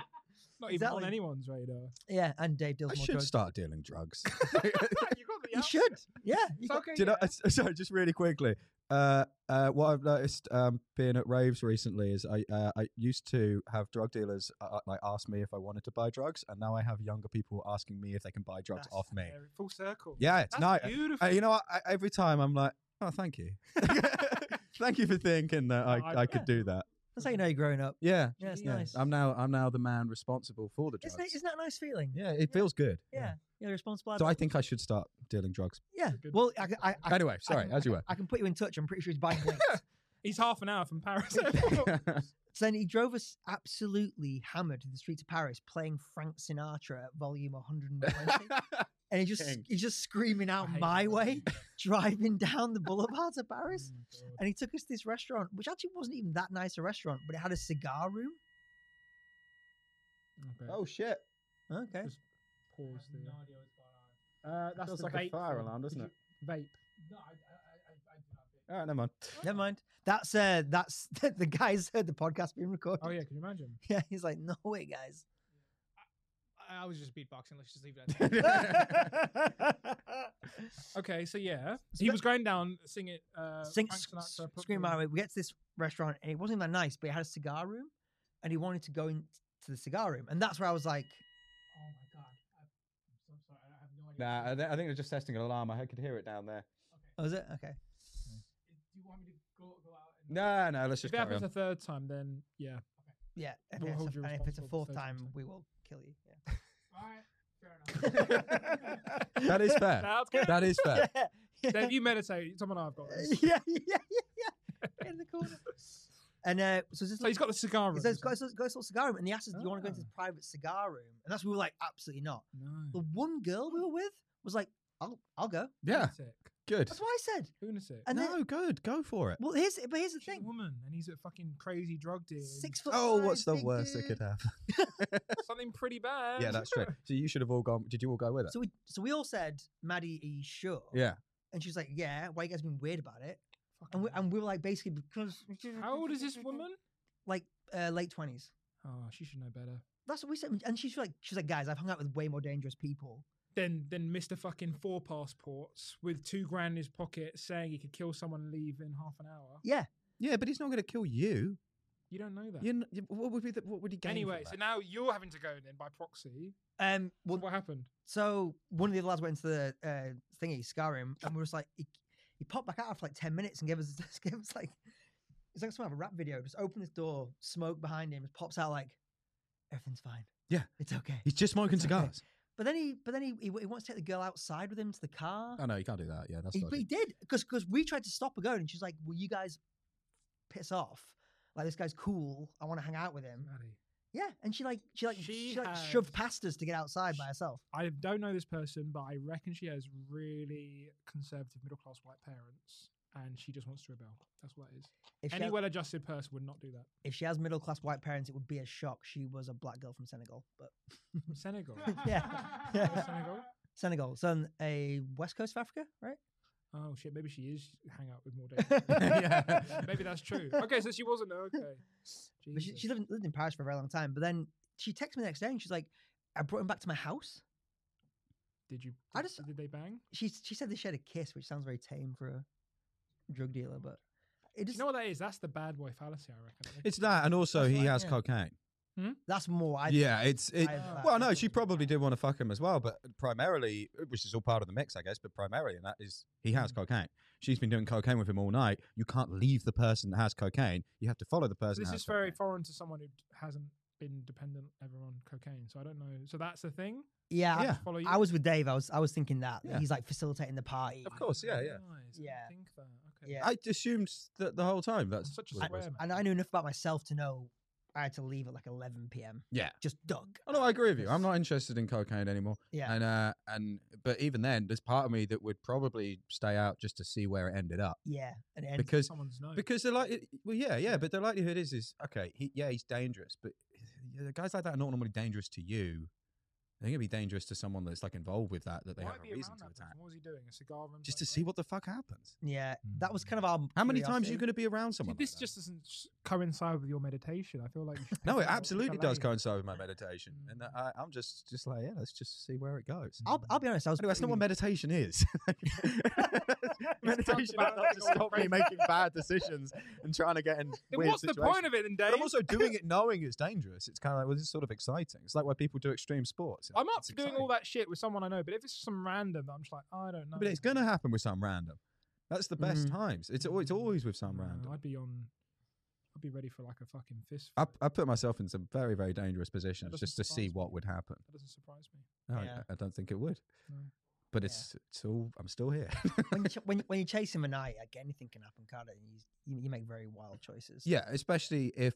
not even Exactly. on anyone's radar. Yeah, and Dave I deals more should drugs. start dealing <laughs> drugs. <laughs> <laughs> you got the You outfit. should. Yeah. you It's got- okay. Do you know, yeah. it's- sorry, just really quickly. Uh, uh, what I've noticed um, being at raves recently is I uh, I used to have drug dealers uh, uh, like ask me if I wanted to buy drugs, and now I have younger people asking me if they can buy drugs That's off me. Yeah, full circle. Yeah, it's That's nice. beautiful. Uh, you know, what? I, every time I'm like, oh, <laughs> thank you, <laughs> thank you for thinking that I, I- I could do that. That's how you know you're growing up. Yeah, Yeah, it's yeah. nice. I'm now I'm now the man responsible for the drugs. Isn't, it, isn't that a nice feeling? yeah, it feels good. Yeah. You're responsible. So I adult. think I should start dealing drugs. Yeah. good. Well, I, I, I, Anyway, I sorry, can- as you were. I can put you in touch. I'm pretty sure he's <laughs> buying links. He's half an hour from <laughs> Paris. <laughs> so then he drove us absolutely hammered to the streets of Paris, playing Frank Sinatra at volume <laughs> 120, and he just King. he's just screaming out I hate "My that. <laughs> Way," <laughs> driving down the boulevards of Paris. Oh my God. And he took us to this restaurant, which actually wasn't even that nice a restaurant, but it had a cigar room. Okay. <laughs> oh shit. Okay. Just pause there. no idea what's going on. Uh, That's the vape thing. Did you- Vape. No, I, I, I, I do not think. All right, never mind. Never mind. That's uh, that's <laughs> the, guys heard the podcast being recorded. Oh yeah, can you imagine? <laughs> Yeah, he's like, no way, guys. Uh, I, I was just beatboxing. Let's just leave it <laughs> at that. Okay, so yeah, he that- was going down sing it. Uh, Sing, Frank sc- sc- Sinatra, scream Purple- my way. We get to this restaurant and it wasn't that nice, but it had a cigar room, and he wanted to go into the cigar room, and that's where I was like, oh my god. I'm, I'm so sorry. I have no idea. Nah, I, what's th- I think they're just testing an alarm. I could hear it down there. oh, is it okay? going on. Do you want me to go, go out? And No, no, let's If just it carry happens on. a third time, then yeah, Yeah, and, We'll if, hold it's a, you and if it's a responsible for fourth those time, things. we will kill you. All right. <laughs> Fair enough. That is fair. that's good. that is <laughs> fair. Yeah, <laughs> yeah, Dave, you meditate. Someone I've got. yeah, This. <laughs> yeah, yeah, yeah. Get in the corner. And uh, so it's just So he's got the cigar. He room, says, is it? go, to- go to the cigar room. And he asked us, do you want to go into Ah. this private cigar room? And that's we were like, absolutely not. The No. one girl we were with was like, I'll, I'll go. Yeah, Lunatic. good. That's what I said. Lunatic. And no, then, good. Go for it. well, here's, but here's the She's a thing. woman, and he's a fucking crazy drug dealer. Six Six. foot. Oh, what's five, the big worst that dude. could happen? Something pretty bad. Yeah, that's <laughs> true. So you should have all gone. Did you all go with it? So we, so we all said, Maddie, are you sure? yeah. And she's like, yeah. Why you guys been weird about it? And Fucking we, and we were like, basically, because. hell. How old is <laughs> this woman? <laughs> Like uh, late 20s. Oh, she should know better. That's what we said. And she's like, she's like, guys, I've hung out with way more dangerous people. Then, then Mr. Fucking Four passports with two grand in his pocket, saying he could kill someone and leave in half an hour. Yeah. Yeah, but he's not going to kill you. You don't know that. You're n- you- what would be the, what would he gain? from Anyway, so that? now you're having to go then by proxy. Um, So well, what happened? So one of the other lads went into the uh, thingy, scar him, and we are just like, he, he popped back out after like ten minutes and gave us, <laughs> gave us like, it's like some of a rap video. Just open this door, smoke behind him, just pops out like, everything's fine. Yeah. it's okay. he's just smoking It's okay. cigars. But then he, but then he, he, he wants to take the girl outside with him to the car. Oh no, you can't do that. Yeah, that's he, not but he did because because we tried to stop her going, and she's like, "Will you guys piss off? Like this guy's cool. I want to hang out with him." Maddie. Yeah, and she like she like she, She like shoved has- past us to get outside by Sh- herself. I don't know this person, but I reckon she has really conservative middle class white parents, and she just wants to rebel. That's what it is. If she had- Any well adjusted person would not do that. <laughs> if she has middle class white parents, it would be a shock. She was a black girl from Senegal, but From <laughs> Senegal. Yeah. From Senegal. Senegal, it's on a west coast of Africa, right? <laughs> Oh shit! Maybe she is hang out with more dangerous people. Yeah. Maybe that's true. Okay, so she wasn't. Okay. But she, she Jesus. lived, in- lived in Paris for a very long time. But then she texted me the next day and she's like, "I brought him back to my house." Did you? I I just- just did they bang? She she said they shared a kiss, which sounds very tame for a drug dealer, but it Do just you know what that is? That's the bad boy fallacy, I reckon. It's that, and also That's he right, has yeah. cocaine. that's more. I, yeah, it's it. I- uh, well, I no, think she it was probably that. did want to fuck him as well, but primarily, which is all part of the mix, I guess. But primarily, and that is he Mm. has cocaine. She's been doing cocaine with him all night. You can't leave the person that has cocaine. You have to follow the person. this that is has very cocaine. foreign to someone who d- hasn't been dependent ever on cocaine. So I don't know. So that's <laughs> the thing. yeah. I- Yeah. Follow you. I was with Dave. I was I was thinking that Yeah. he's like facilitating the party. Of course, yeah, <laughs> yeah. Nice, I Yeah. Think that. Okay. Yeah. I assumed that the whole time. That's such a what it square was. man. and I knew enough about myself to know I had to leave at like 11 p.m. Yeah. Just dug. Oh no, I agree with you. I'm not interested in cocaine anymore. Yeah. And uh, and but even then, there's part of me that would probably stay out just to see where it ended up yeah. And, and because Someone's no. because the like well yeah yeah, but the likelihood is is okay he, yeah he's dangerous but yeah, the guys like that are not normally dangerous to you. They're gonna be dangerous to someone that's like involved with that that they Why have be a around reason to that person? attack. What was he doing? A cigar room? Just to see what the fuck happens. yeah, that was kind of our. How many times are curiosity. you going to be around someone? this like that? just doesn't s- coincide with your meditation. I feel <laughs> like you should no, pick it out absolutely Galay. does coincide with my meditation, Mm. and I, I'm just just like yeah, let's just see where it goes. I'll, I'll be honest. I was. Anyway, that's not <laughs> what pretty- meditation <laughs> is. <laughs> meditation is about not to that stop me making bad decisions and trying to get in <laughs> Then weird what's the situations. point of it then, Dave? But I'm also <laughs> doing it knowing it's dangerous. It's kind of like, well, this is sort of exciting. It's like why people do extreme sports. I'm up It's for doing all that shit with someone I know, but if it's some random, I'm just like, I don't know. exciting. But it's going to happen with some random. That's the best Mhm. times. It's, al- it's always with some Mm. No, random. I'd be on. I'd be ready for like a fucking fist. I, fight. I put myself in some very, very dangerous positions doesn't just to see surprise what me. would happen. that doesn't surprise me. No, I- Yeah. I, don't think it would. No. But Yeah. it's, it's all, I'm still here. <laughs> when you ch- when you- when you chase him at night, like anything can happen, can't it? You, you, you make very wild choices. Yeah, especially if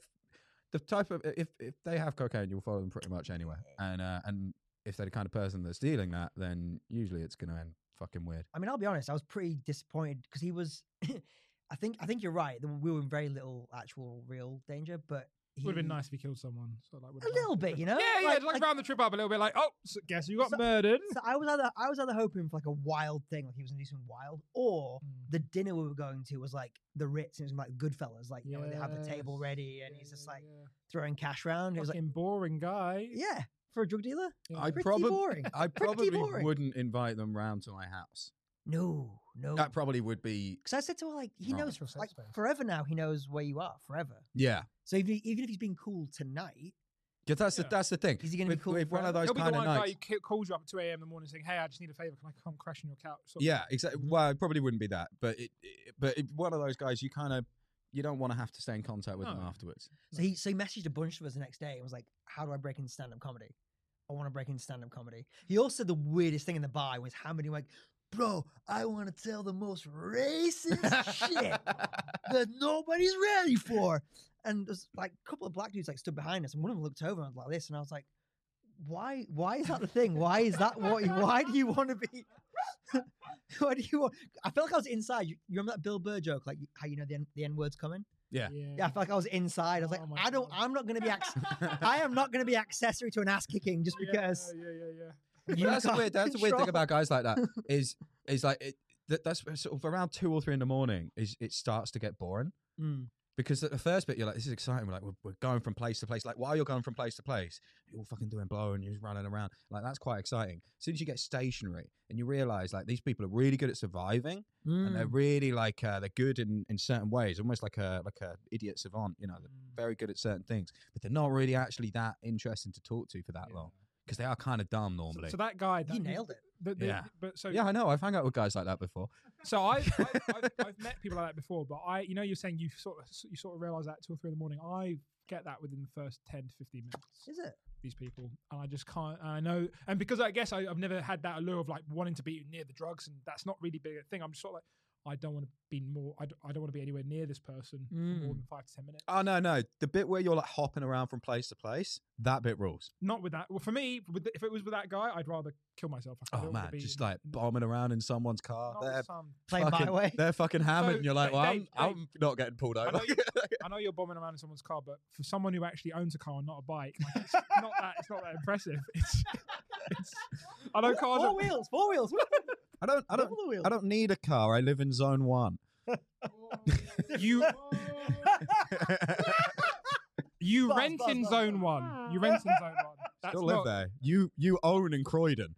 the type of if if they have cocaine, you'll follow them pretty much anywhere. And uh, and if they're the kind of person that's dealing that, then usually it's going to end fucking weird. I mean, I'll be honest. I was pretty disappointed because he was. <clears throat> I think I think you're right. there- We were in very little actual real danger, but he, Would have been nice if he killed someone. So like A little bit, you know. Yeah, yeah, like, round the trip up a little bit. Like, oh, so guess you got So- murdered. So I was either I was either hoping for like a wild thing, like he was gonna do something wild, or Mm. the dinner we were going to was like the Ritz, and it was like Goodfellas, like you know, they have a table Yes. ready, and Yeah, he's just yeah, like yeah. throwing cash round. It was like, fucking boring guy. yeah, for a drug dealer, Yeah. I pretty probably <laughs> boring. I probably boring. wouldn't invite them round to my house. No, no. That probably would be Because I said to her, like, he Right. knows That's your like safe space. forever now. He knows where you are forever. yeah. So even even if he's been cool tonight, 'Cause that's Yeah. the that's the thing. Is he gonna be With- cool with one of forever? those He'll be the kind of one guy nights? who ki- calls you up at 2 a.m. in the morning saying, "Hey, I just need a favor. Can I come crash on your couch?" sort of Yeah, thing. exactly. Well, it probably wouldn't be that, but it, it- but it, one of those guys you kind of you don't want to have to stay in contact with them No. <laughs> afterwards. <laughs> so he so he messaged a bunch of us the next day and was like, "How do I break into stand up comedy? I want to break into stand up comedy." He also said the weirdest thing in the bar was how many like, "Bro, I want to tell the most racist shit that nobody's ready for." And there's like a couple of black dudes like stood behind us, and one of them looked over and was like this, and I was like, "Why? Why is that the thing? Why is that what? you- Why do you want to be?" <laughs> Why do you want? I felt like I was inside. You, you remember that Bill Burr joke, like you- how you know the N, the N word's coming. Yeah. Yeah, I felt like I was inside. I was like, Oh my I don't. God. I'm not going to be. <laughs> Ac- I am not going to be accessory to an ass kicking just Oh, Yeah, because. Yeah, yeah, yeah. you But that's the can't weird. That's the weird thing control- about guys like that is is like it, that, that's where sort of around two or three in the morning is it starts to get boring Mm. because at the first bit you're like this is exciting. We're like we're, we're going from place to place. Like while you're going from place to place, you're all fucking doing blow and you're just running around. Like that's quite exciting. As soon as you get stationary and you realize like these people are really good at surviving and they're Mm. really like uh, they're good in, in certain ways, almost like a like a idiot savant. You know, they're Mm. very good at certain things, but they're not really actually that interesting to talk to for that long because they are kind of dumb So, normally. so that guy, that, You nailed it. the- the- Yeah. But so yeah, I know. I've hung out with guys like that before. <laughs> So I've, I've, I've, I've met people like that before, but I, you know, you're saying you sort of you sort of realize that two or three in the morning. I get that within the first ten to fifteen minutes. Is it? These people, and I just can't. And I know, and because I guess I, I've never had that allure of like wanting to be near the drugs, and that's not really big a thing. I'm just sort of like, I don't want to be more. I don't, want to be anywhere near this person for more Mm. than five to ten minutes. Oh no, no, the bit where you're like hopping around from place to place, that bit rules. Not with that. Well, for me, with the, if it was with that guy, I'd rather kill myself. Like, I Oh don't wanna man, be just in- like in- bombing around in someone's car. not with They're some- Play my fucking- <laughs> way. they're <laughs> fucking hammered, So, and you're like, Dave- well, Dave- I'm, I'm not getting pulled I over. know, you, I know you're bombing around in someone's car, but for someone who actually owns a car and not a bike, like, it's not that it's not that impressive. <laughs> It's, it's I know cars. Four Are, wheels. Four wheels. woo, <laughs> I don't, <laughs> I don't, double the wheels. I don't need a car. I live in zone one. <laughs> you you Buzz, rent buzz, in buzz, zone buzz. one. You rent in zone one. <laughs> That's Still live not there. You, you own in <laughs> Croydon.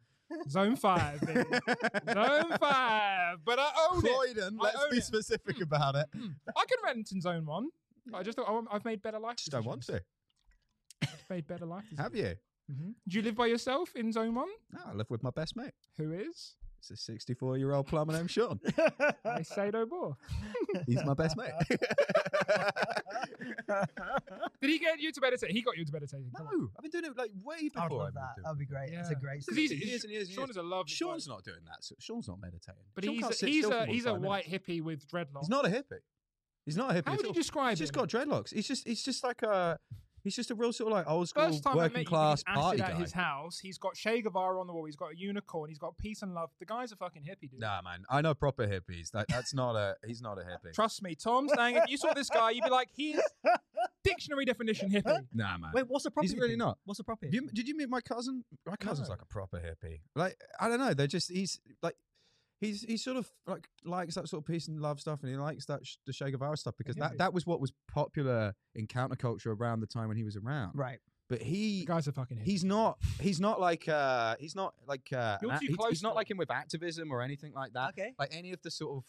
zone five. baby. <laughs> zone five. But I own it. Croydon. I Let's own be it. Hmm. specific about it. I can rent in zone one. I just thought oh, I've made better life. Just don't want decisions. to. I've made better life. Have you? hmm Do you live by yourself in zone one? No, I live with my best mate. Who is? It's a 64 year old plumber named Sean. <laughs> <laughs> I say no more. He's my best <laughs> mate. Did he get you to meditate? He got you to meditating. no, I've been doing it like way I would before. love that. That would be great. That's a Yeah. great. Because he's, story. Years he's- and years and Sean years. is a lovely. Sean's bloke. not doing that. so Sean's not meditating. But Sean he's can't a, sit he's still for a more than he's a five minutes. white hippie with dreadlocks. He's not a hippie. He's not a hippie. How at would you all. describe He's just him? got dreadlocks. He's just he's just like a He's just a real sort of like old school First time I met working you, class he's acid party at guy. his house. He's got Che Guevara on the wall. He's got a unicorn. He's got peace and love. The guy's a fucking hippie, dude. Nah, man, I know proper hippies. That, that's not a. He's not a <laughs> hippie. Trust me, Tom Stang. If you saw this guy, you'd be like, he's dictionary definition <laughs> hippie. nah, man. Wait, what's the proper? He's really hippie? not. What's the proper? Have you- did you meet my cousin? My cousin's No. like a proper hippie. Like I don't know. They're just he's like. He's, he sort of like likes that sort of peace and love stuff, and he likes that sh- the Che Guevara stuff because that, hippie. that was what was popular in counterculture around the time when he was around. Right. But The he guy's a fucking hippie. he's not he's not like uh he's not like uh You're an- too he's- close he's not to like him with activism or anything like that <laughs> Okay. like any of the sort of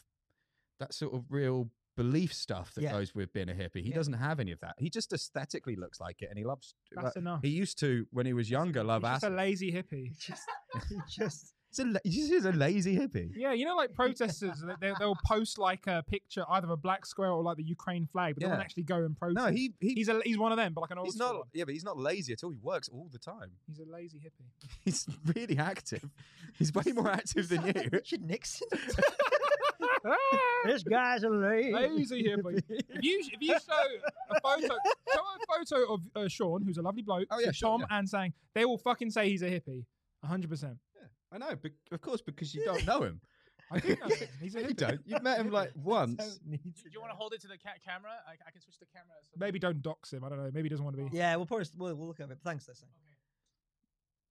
that sort of real belief stuff that Yeah. goes with being a hippie he Yeah. doesn't have any of that he just aesthetically looks like it and he loves That's like, enough. he used to when he was younger love he's just a acid lazy hippie. Just, <laughs> just. he's a, la- he's just a lazy hippie Yeah, you know, like protesters, they- they, they'll post like a picture, either a black square or like the Ukraine flag, but they Yeah. won't actually go and protest. no he, he he's, he's a, he's one of them, but like an old. school not one. yeah but he's not lazy at all he works all the time He's a lazy hippie. <laughs> he's really active he's way more active than Sounds like <laughs> <laughs> you Richard <laughs> Nixon. Ah, this guy's a lame. <laughs> lazy hippie. If you if you show a photo, show a photo of uh, Sean, who's a lovely bloke, Oh, yeah, to sure, Tom yeah. and saying they will fucking say he's a hippie. hundred percent. i know but of course because you don't know <laughs> him I think that's him. <laughs> he's a hippie. you don't you've met him like <laughs> once Do you want to hold it to the cat camera? I, I can switch the camera. So Maybe don't dox him. I don't know. Maybe he doesn't want <laughs> to be. Yeah, we'll probably we'll, we'll look at it. Thanks, listen. Oh,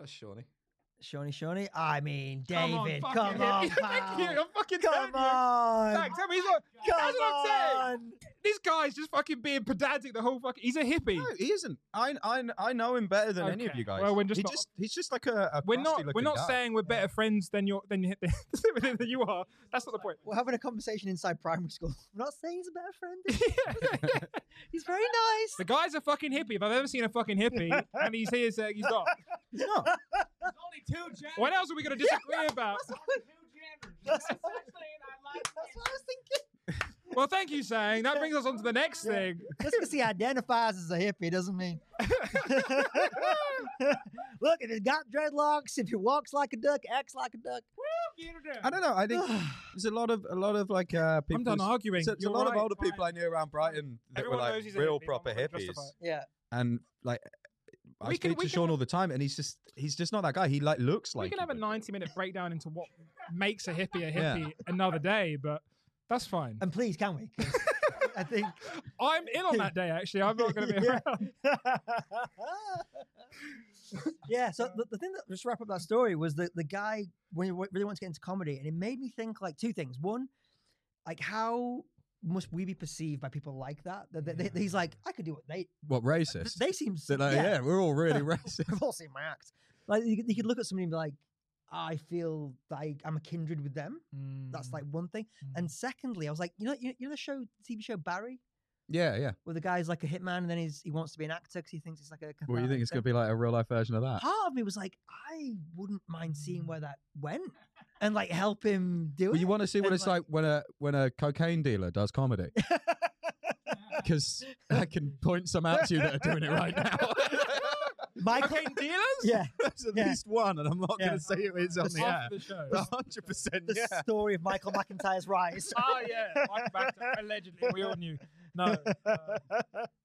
that's shawnee Shawnee, Shawnee. I mean, Come David. on, Come on, <laughs> Thank you. pal. I'm fucking Come telling you. on. Zach, tell me he's not. Come That's what I'm saying. on. This guy's just fucking being pedantic the whole fucking. He's a hippie. No, he isn't. I, I, I know him better than any of Okay. you guys. Well, we're just he not- just he's just like a, a we're not. We're crusty-looking not guy. saying we're better friends than your <laughs> than you than you are. That's not the point. We're having a conversation inside primary school. <laughs> I'm not saying he's a better friend. <laughs> <laughs> Yeah. He's very nice. the guy's a fucking hippie. If I've ever seen a fucking <laughs> hippie, and he's here saying he's not. <laughs> he's not. There's only <laughs> two genders. What else are we gonna disagree about? There's only two <laughs> genders. That's actually an I like That's it. what I was thinking. Well, thank you, saying that brings us on to the next Yeah. thing. Just because he identifies as a hippie doesn't mean. <laughs> Look, if he's got dreadlocks, if he walks like a duck, acts like a duck. I don't know. I <sighs> think there's a lot of a lot of like uh, people. I'm done arguing. So, there's a You're lot of right. older people I knew around Brighton that Everyone were like knows he's a real hippie, but proper I'm not gonna hippies, justify it. yeah. and like I We speak can- we to can Sean have- all the time, and he's just he's just not that guy. He like looks we like can he have a would. 90 minute breakdown into what makes a hippie a Yeah. hippie another day, but that's fine. And please, can we? 'Cause I think. I'm in on that day, actually. I'm <laughs> not going to be Yeah. around. <laughs> yeah. So the, the thing that just wrap up that story was that the guy when he wa- really wanted to get into comedy, and it made me think like two things. One, like how must we be perceived by people like that? That that- that he's like, I could do what they what th- racist. they seem. s- They're like, yeah. <laughs> yeah, we're all <laughs> really racist. <laughs> they've all seen my act. Like you, could- you could look at somebody and be like, I feel like I'm a kindred with them. Mm. That's like one thing. And secondly, I was like, you know, you, you know the show, TV show Barry, Yeah, yeah. where the guy's like a hitman and then he's he wants to be an actor because he thinks it's like a. Well, you think it's gonna be like a real life version of that? part of me was like, I wouldn't mind seeing where that went and like help him do Well, it. <laughs> you want to see what And, it's like- like when a when a cocaine dealer does <laughs> comedy. Because I can point some out to you that are doing it right now. <laughs> Michael, <laughs> Cocaine dealers? yeah, <laughs> There's at Yeah. least one, and I'm not Yeah. going to say who it is on Off the air. the show. <laughs> But 100%. the Yeah. story of Michael McIntyre's <laughs> rise. oh, yeah. Michael <laughs> Baxter, allegedly. We all knew. No. um,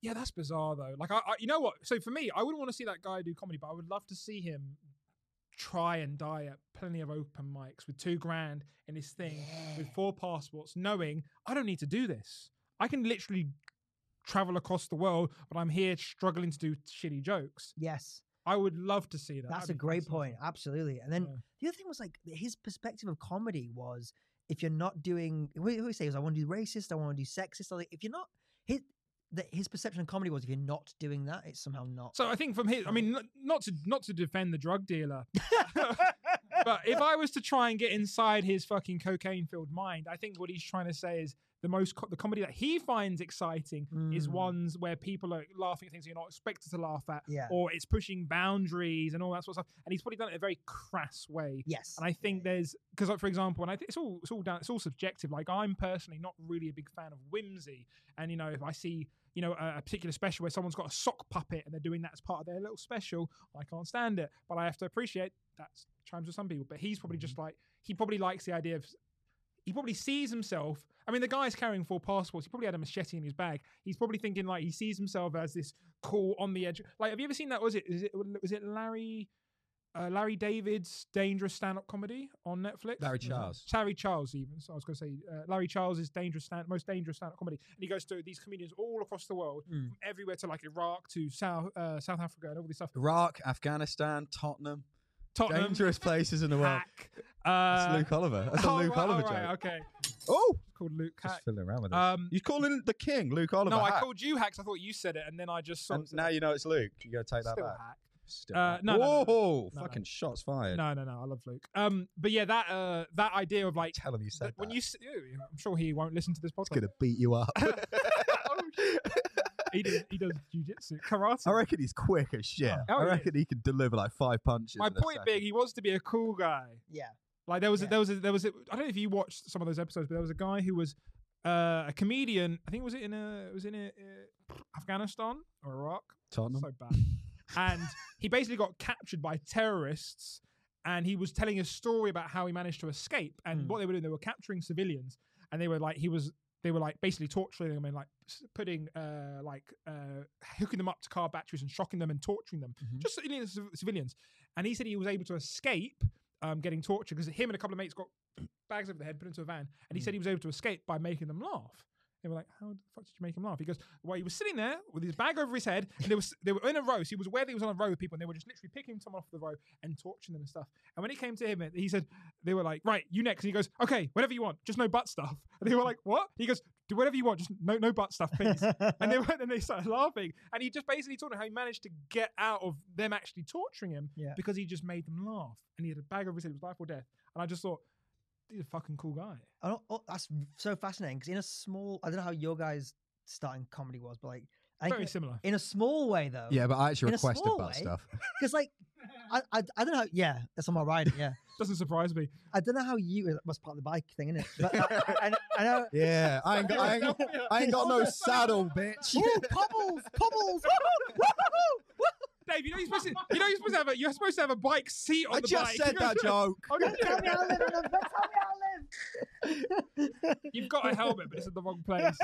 yeah, that's bizarre, though. Like, I, I, you know what? So for me, I wouldn't want to see that guy do comedy, but I would love to see him try and die at plenty of open mics with two grand in his thing with four passports, knowing I don't need to do this. I can literally travel across the world, but I'm here struggling to do shitty jokes. Yes, I would love to see that. that's a That'd be great fascinating. point. Absolutely. And then Yeah. the other thing was like his perspective of comedy was if you're not doing, what what he says, I want to do racist, I want to do sexist. Or like, if you're not, his, the, his perception of comedy was if you're not doing that, it's somehow not. <laughs> So <laughs> I think from his, I mean, n- not to not to defend the drug dealer, but if I was to try and get inside his fucking cocaine-filled mind, I think what he's trying to say is the most co- the comedy that he finds exciting is Mm. ones where people are laughing at things you're not expected to laugh at, Yeah. or it's pushing boundaries and all that sort of stuff. And he's probably done it in a very crass way. Yes. And <laughs> I think there's because, like, for example, and I think it's all it's all down it's all subjective. Like I'm personally not really a big fan of whimsy, and you know if I see you know a, a particular special where someone's got a sock puppet and they're doing that as part of their little special, I can't stand it. But I have to appreciate that's chimes with some people. But he's probably just like he probably likes the idea of he probably sees himself. I mean, the guy's carrying four passports. He probably had a machete in his bag. He's probably thinking like he sees himself as this cool on the edge. Like, have you ever seen that? Was it is it was it Larry? Uh, Larry David's dangerous stand-up comedy on Netflix. Larry Charles. Larry Charles, even. So I was going to say uh, Larry Charles is dangerous stand, most dangerous stand-up comedy, and he goes to these comedians all across the world, Mm. from everywhere to like Iraq to South uh, South Africa and all this stuff. Iraq, Afghanistan, Tottenham, Tottenham, dangerous places in the <laughs> world. Hack. That's Uh, Luke Oliver. That's a all Luke right, Oliver all right, joke. <laughs> Okay, Oh, it's called Luke Hack. just fiddling around with it. Um, You're calling the king Luke Oliver. no, I hack. called you hacks. I thought you said it, and then I just sort And of said now it. you know it's Luke. You gotta take that Still back. hack. Still Uh, hack. no, no, no, no, Whoa! no, no. fucking shots fired. No, no, no. I love Luke. Um, but yeah, that uh, that idea of like Tell him you said that when that. you, Oh, s- ew, I'm sure he won't listen to this He's podcast. gonna beat you <laughs> up. He does, he does jujitsu, karate. I reckon he's quick as shit. Oh, I he reckon he could deliver like five punches. My in a point second. being, he wants to be a cool guy. Yeah. Like there was, a, Yeah. there was, a, there was. A, I don't know if you watched some of those episodes, but there was a guy who was uh, a comedian. I think was it in a was in a, uh, Afghanistan or Iraq. Tottenham. so bad. and he basically got captured by terrorists, and he was telling a story about how he managed to escape. And Mm. what they were doing, they were capturing civilians, and they were like, he was, they were like basically torturing them and like s- putting, uh, like uh, hooking them up to car batteries and shocking them and torturing them, Mhm. just civilians- civ- civilians. And he said he was able to escape. Um, getting tortured because him and a couple of mates got bags over the head, put into a van, and he said he was able to escape by making them laugh. They were like, "How the fuck did you make him laugh?" He goes, "Well, he was sitting there with his bag over his head, and they was they were in a row. So he was aware that he was on a row with people, and they were just literally picking someone off the row and torturing them and stuff. And when it came to him, he said they were like, "Right, you next." And he goes, "Okay, whatever you want, just no butt stuff." <laughs> And they were like, "What?" He goes, "Do whatever you want, just no no butt stuff, please." and they Uh. went and they started laughing, and he just basically told them how he managed to get out of them actually torturing him Yeah. because he just made them laugh, and he had a bag over his head. It was life or death, and I just thought, "He's a fucking cool guy." I don't, oh, that's so fascinating because in a small, I don't know how your guys starting comedy was, but like, I think Very in a- similar. in a small way though, Yeah, but I actually In a requested small that way. stuff. because like, I, I, I don't know, yeah, that's on my ride, yeah. Doesn't surprise me. I don't know how you, that was part of the bike thing, isn't it? But uh, I, I, I know, Yeah, I ain't got, I ain't, <laughs> I ain't got no saddle, bitch. Ooh, Pobbles, Pobbles, Dave, you know you're supposed to, you know you're supposed to have a you're supposed to have a bike seat on I the just bike. said You that gotta- joke. Oh, no, tell me how to live, I love- tell me how to live. <laughs> You've got a helmet, but it's in the wrong <laughs> place.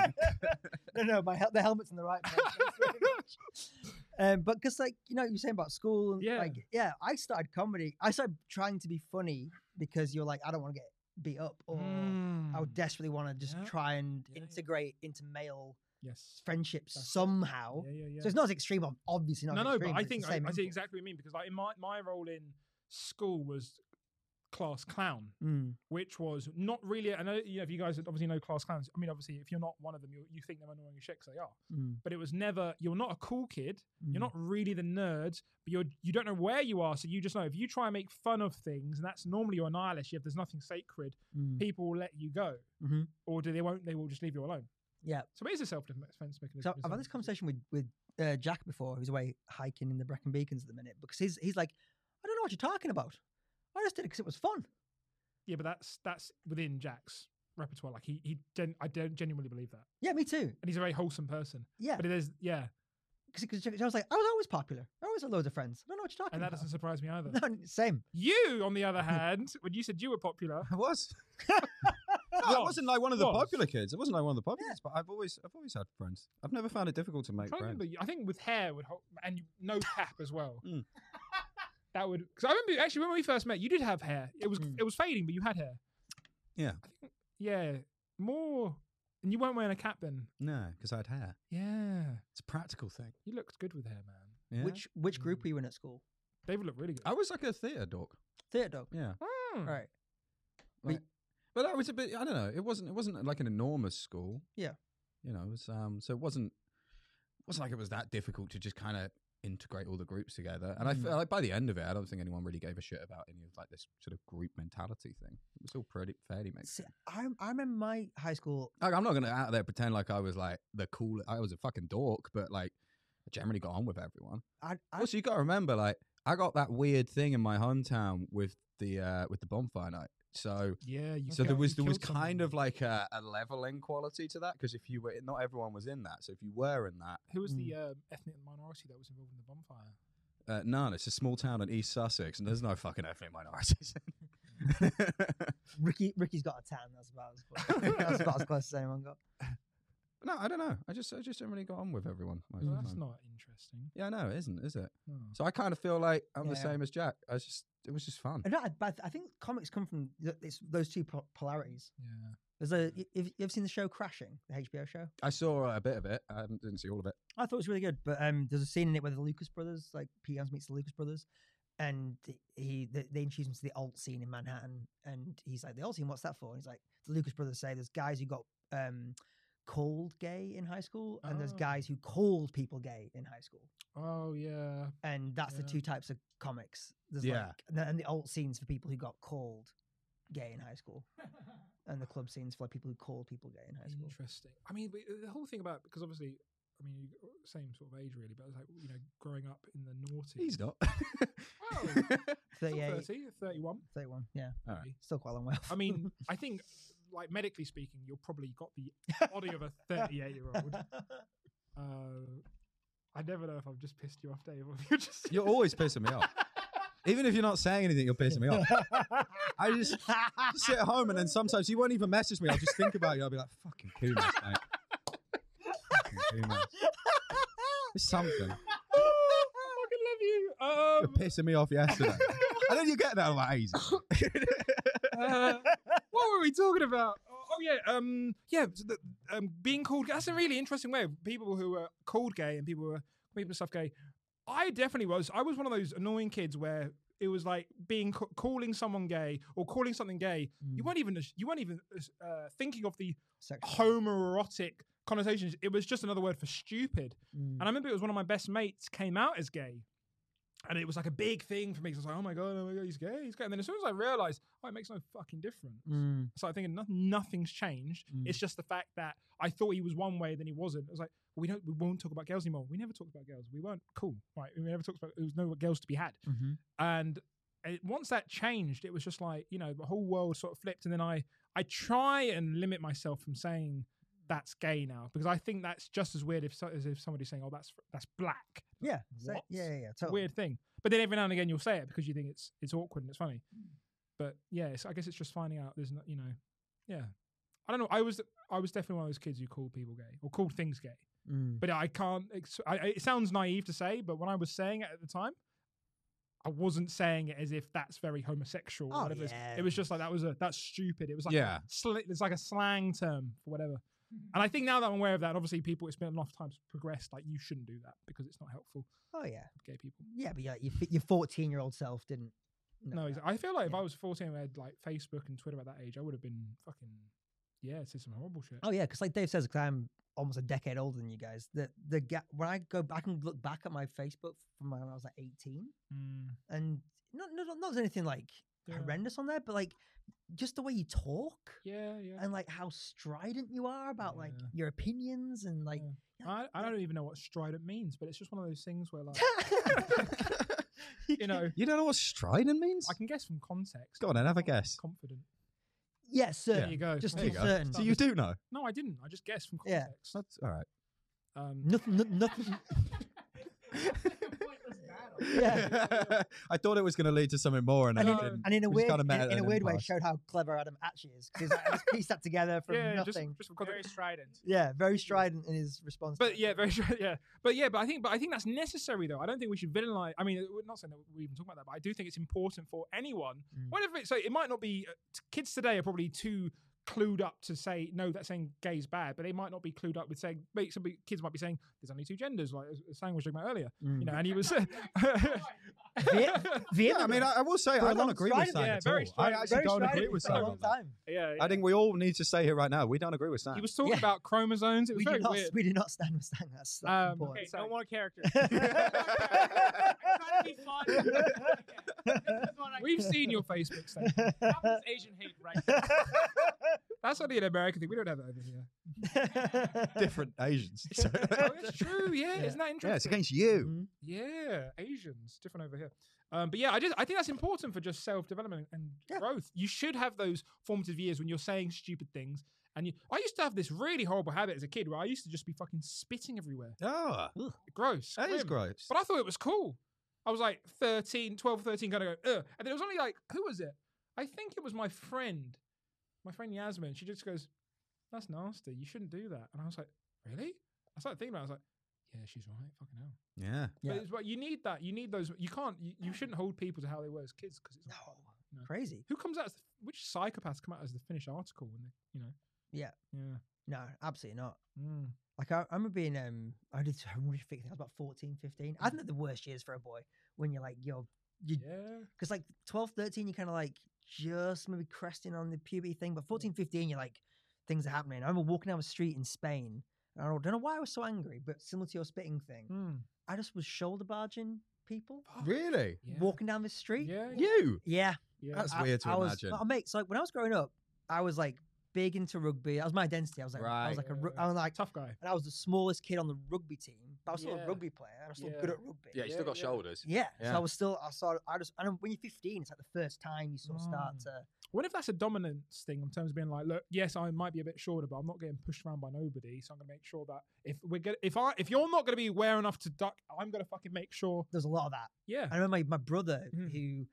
no, no, my hel- the helmet's in the right place. <laughs> um, but because like you know you're saying about school, and Yeah. like yeah, I started comedy. I started trying to be funny because you're like I don't want to get beat up, or I would desperately want to just Mm, Yeah. try and Yeah, yeah. integrate into male yes. friendships That's it. somehow. Yeah, yeah, yeah. So it's not as extreme, ob- obviously not. no, as no, extreme, but I think it's the I, same I see impulse. exactly what you mean because like in my my role in school was class clown, Mm. which was not really. I know you know if you guys obviously know class clowns. I mean, obviously if you're not one of them, you you think they're annoying as shit 'cause they are. Mm. But it was never. You're not a cool kid. Mm. You're not really the nerd, but you're you don't know where you are, so you just know if you try and make fun of things, and that's normally your nihilist. If there's nothing sacred, <laughs> Mm. people will let you go, Mhm. or do they won't? They will just leave you alone. Yeah. So it is a self-defense mechanism. So I've isn't had it? this conversation with with uh, Jack before, who's away hiking in the Brecon Beacons at the minute, because he's he's like, I don't know what you're talking about. I just did it because it was fun. Yeah, but that's that's within Jack's repertoire. Like he he, gen- I don't genuinely believe that, Yeah, me too. and he's a very wholesome person. Yeah, But it is, yeah, because I was like, I was always popular. I always had loads of friends. I don't know what you're talking and that about. doesn't surprise <laughs> me either. No, same. You, on the other hand, when you said you were popular, <laughs> I was. No, I Was, wasn't like one of the was. popular kids. I wasn't like one of the popular kids, but I've always, I've always had friends. I've never found it difficult to I'm make trying to friends. remember, I think with hair would hold, and no cap as well. <laughs> Mm. <laughs> That would because I remember actually when we first met, you did have hair. It was Mm. it was fading, but you had hair. Yeah. I think, yeah, more, and you weren't wearing a cap then. No, because I had hair. Yeah, It's a practical thing. you looked good with hair, man. Yeah. Which which group Mm. were you in at school? David looked really good. I was like a theatre dog. Theatre dog. Yeah. Mm. Right. But I was a bit. I don't know. It wasn't. It wasn't like an enormous school. Yeah. You know. It was, um. So it wasn't. It wasn't like it was that difficult to just kind of integrate all the groups together. And I Mm. feel like by the end of it, I don't think anyone really gave a shit about any of like this sort of group mentality thing. It was all pretty fairly mixed. See, I I remember my high school. Like, I'm not gonna out there pretend like I was like the cool. I was a fucking dork, but like I generally got on with everyone. I, <laughs> I Also, you got to remember, like I got that weird thing in my hometown with the uh with the bonfire night. So Yeah. You so there killed- was you there was killed kind someone. of like a, a leveling quality to that because if you were not everyone was in that. So if you were in that, who was the uh, ethnic minority that was involved in the bonfire? uh, none. It's a small town in East Sussex, and there's no fucking ethnic minorities. <laughs> Ricky, Ricky's got a tan. That's about as close, <laughs> that's about as, close as anyone got. no, I don't know. I just I just generally got on with everyone. most of Well, the that's time. not interesting. Yeah, no, it isn't, is it? No. So I kind of feel like I'm the Yeah. same as Jack. I just it was just fun. And I, but I think comics come from th- it's those two po- polarities. Yeah. There's a, y- if you've seen the show Crashing, the HBO show, I saw a bit of it. I haven't- didn't see all of it. I thought it was really good. But um, there's a scene in it where the Lucas brothers, like Pete Hans meets the Lucas brothers, and he they, they introduce him to the alt scene in Manhattan, and he's like, "The alt scene, what's that for?" And he's like, "The Lucas brothers say there's guys who got um called gay in high school, and there's Oh. guys who called people gay in high school, Oh yeah. and that's the Yeah. two types of comics. There's Yeah. like, and the- and the alt scenes for people who got called gay in high <laughs> school, and the club scenes for like, people who called people gay in high school." Interesting. I mean, but uh, the whole thing about because obviously, I mean, you uh, same sort of age really, but it's like you know, growing up in the naughty. <laughs> He's not. <laughs> Still 38, 30, 31. 31, yeah, Alright. still quite a long way. off. I mean, I think, like medically speaking, you're probably got the body <laughs> of a 38 year old. Uh, I never know if I've just pissed you off, Dave, or if <laughs> you're just. <laughs> You're always pissing me off. Even if you're not saying anything, you're pissing me off. I just sit at home and then sometimes you won't even message me. I'll just think about you. I'll be like, fucking Kumas, mate. fucking Kumas. It's something. I You're fucking love you. pissing me off yesterday. and then you get that. I'm like, easy. Um, uh, what were we talking about? Oh, oh, yeah, um, yeah, so the, um, being called. That's a really interesting way. of People who are called gay and people who are people and stuff gay. I definitely was. I was one of those annoying kids where it was like being ca- calling someone gay or calling something gay. <laughs> You weren't even you weren't even uh, thinking of the Sexual. homoerotic connotations. It was just another word for stupid. And I remember it was one of my best mates came out as gay. And it was like a big thing for me. 'cause I was like, oh my God, oh my God, he's gay, he's gay. And then as soon as I realized, oh, it makes no fucking difference. Mm. So I think no- nothing's changed. It's just the fact that I thought he was one way, then he wasn't. I was like, we don't, we won't talk about girls anymore. We never talked about girls. We weren't cool, right? We never talked about. There was no girls to be had. Mhm. And it, once that changed, it was just like you know the whole world sort of flipped. And then I, I try and limit myself from saying that's gay now because I think that's just as weird if so, as if somebody's saying, oh, that's that's black. Yeah. so- What? yeah, yeah, yeah. It's a Totally. weird thing. But then every now and again you'll say it because you think it's it's awkward and it's funny. But yeah, it's, I guess it's just finding out. There's not, you know, yeah. I don't know. I was I was definitely one of those kids who called people gay or called things gay. Mm. But I can't. Ex- I, I- it sounds naive to say, but when I was saying it at the time, I wasn't saying it as if that's very homosexual. or Oh, whatever. it is. yeah. It was just like that was a that's stupid. It was like Yeah. a, sli- it's like a slang term for whatever. Mm-hmm. And I think now that I'm aware of that, and obviously people, it's been enough times progressed. Like you shouldn't do that because it's not helpful. Oh yeah, with Gay people. yeah. But yeah, your f- your fourteen year old self didn't. know No, that. exactly. I feel like if Yeah. I was 14 and I had like Facebook and Twitter at that age, I would have been fucking, yeah, said some horrible shit. Oh yeah, because like Dave says, because I'm almost a decade older than you guys. The the gap when I go, I can look back at my Facebook from when I was like eighteen, Mm, and not not not there's anything like yeah. horrendous on there, but like just the way you talk Yeah, yeah. and like how strident you are about like Yeah. your opinions and like. Yeah. I, I don't even know what strident means, but it's just one of those things where, like, <laughs> <laughs> you know, You don't know what striding means? I can guess from context. Go on then, have a guess. Confident. yeah, certain. There you go. Just There too you go. certain. So you do know. No, I didn't. I just guessed from Yeah. context. That's all right. Um, Nothing, no- nothing. yeah, <laughs> I thought it was going to lead to something more, and And it in- didn't. and in a We just weird, kinda in, met at in a an weird way, impasse. showed how clever Adam actually is because like, I just pieced that together from yeah, just, nothing. just from Very context. strident. yeah, very strident in his response. to But it. yeah, very sure. Yeah, but yeah, but I think, but I think that's necessary though. I don't think we should villainize. I mean, uh, we're not saying that we even talk about that, but I do think it's important for anyone. Mm. Whatever. It's, so it might not be uh, t- kids today are probably too clued up to say no. That's saying gay is bad, but they might not be clued up with saying. Maybe some be- kids might be saying there's only two genders, like as- as Sang was talking about earlier. You know, and he <laughs> was. <laughs> Vehement- Mm. Yeah, I mean, vehemently. I, I will say For a I don't long agree with strident- Sam Yeah, at all. very I strident- actually very don't strident agree with for a Sam. long on that. time. yeah, I think we all need to say here right now we don't agree with Sam. he was talking Yeah. about chromosomes. It was We do very not, weird. we do not stand with Stang. That's, Okay, that's Um, <laughs> important. so- no more characters. I'm <laughs> trying to be fun. Okay, this is what I- <laughs> We've seen your Facebook status. Stop this Asian hate right <laughs> now. That's only an American thing. We don't have it over here. <laughs> different <laughs> Asians. So- Oh, it's true. Yeah, Yeah. isn't that <laughs> interesting? yeah, it's against you. <laughs> Mhm. Yeah, Asians different over here. Um, but yeah, I just I think that's important for just self development and Yeah. growth. You should have those formative years when you're saying stupid things. And you, I used to have this really horrible habit as a kid where I used to just be fucking spitting everywhere. Oh, Gross. that is grim. gross. But I thought it was cool. I was like 13, 12, 13, kind of go, Ugh. and then it was only like, who was it? I think it was my friend, my friend Yasmin. She just goes, "That's nasty. You shouldn't do that." And I was like, "Really?" I started thinking about. it. I was like, "Yeah, she's right. Fucking hell." Yeah. Yeah. Yeah. But, it's, but you need that. You need those. You can't. You, you shouldn't hold people to how they were as kids because <laughs> it's not part of them, you know? Oh, Crazy. Who comes out? As the, which psychopaths come out as the finished article when they, you know? Yeah. Yeah. No, absolutely not. Mm. Like I, I remember being um I did some horrific thing. I was about 14, 15. I think they're the worst years for a boy when you're like you're You- Yeah. because like 12, 13 you're kind of like just maybe cresting on the puberty thing, but 14, 15 you're like things are happening. I remember walking down the street in Spain. And I don't know why I was so angry, but similar to your spitting thing, Mm. I just was shoulder barging people Really? Yeah. walking down the street. Yeah. Yeah. You? Yeah, yeah. That's weird to I was, imagine. Oh, mate, so like when I was growing up, I was like big into rugby. That was my identity. I was like, I was Right. like a, ru- I was like, Tough guy. and I was the smallest kid on the rugby team, but I was still Yeah. a rugby player. and I was still good Yeah. at rugby. Yeah, you still Yeah, got yeah. shoulders. Yeah, so Yeah. I was still. I saw. I just. And when you're 15, it's like the first time you sort of start Mm. to. What if that's a dominance thing in terms of being like, look, yes, I might be a bit shorter, but I'm not getting pushed around by nobody, so I'm gonna make sure that if we're gonna, if I, if you're not gonna be aware enough to duck, I'm gonna fucking make sure. There's a lot of that. Yeah. I remember my, my brother Mm. who,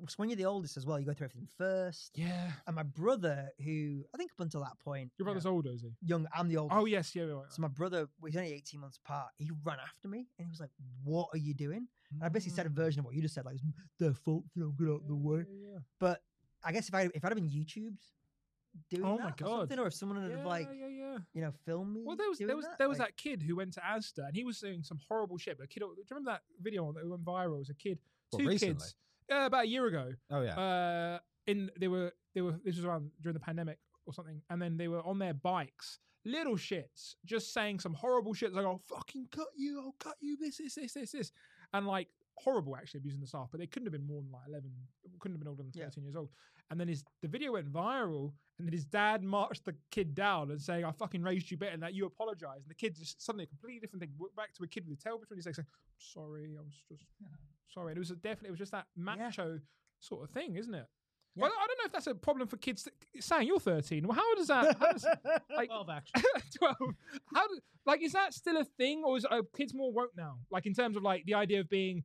because when you're the oldest as well, you go through everything first. Yeah. And my brother who I think up until that point, Your brother's older, is he? young, I'm the oldest. Oh yes, yeah. yeah, yeah. So my brother, well, he's only 18 months apart. He ran after me and he was like, "What are you doing?" And I basically said a version of what you just said, like "It's their fault for don't get out of the way. Mm. Yeah, But I guess if I if I'd have been YouTubed doing Oh that my or God. something, or if someone yeah, had yeah, have like yeah, yeah. you know filmed me, Well, there was there doing was that, there was like, that kid who went to Asda and he was doing some horrible shit. But a kid, do you remember that video that went viral? It was a kid, What, two recently? kids, uh, about a year ago. Oh yeah. Uh, in they were they were this was around during the pandemic or something, and then they were on their bikes, little shits, just saying some horrible shit like "I'll fucking cut you, I'll cut you," this, this, this, this, this, and like horrible actually abusing the staff. But they couldn't have been more than like eleven, couldn't have been older than Yeah. thirteen years old. And then his the video went viral, and then his dad marched the kid down and saying, "I fucking raised you better," and that you apologize. And the kid just suddenly a completely different thing. Went back to a kid with a tail between his legs, saying, "Sorry, I was <laughs> just sorry." And it was a definitely it was just that macho sort of thing, isn't it? Yeah. Well, I don't know if that's a problem for kids. That, saying you're 13, well, how <laughs> does that? How does, like, Twelve actually. <laughs> 12. How do, like is that still a thing, or is are kids more woke now? Like in terms of like the idea of being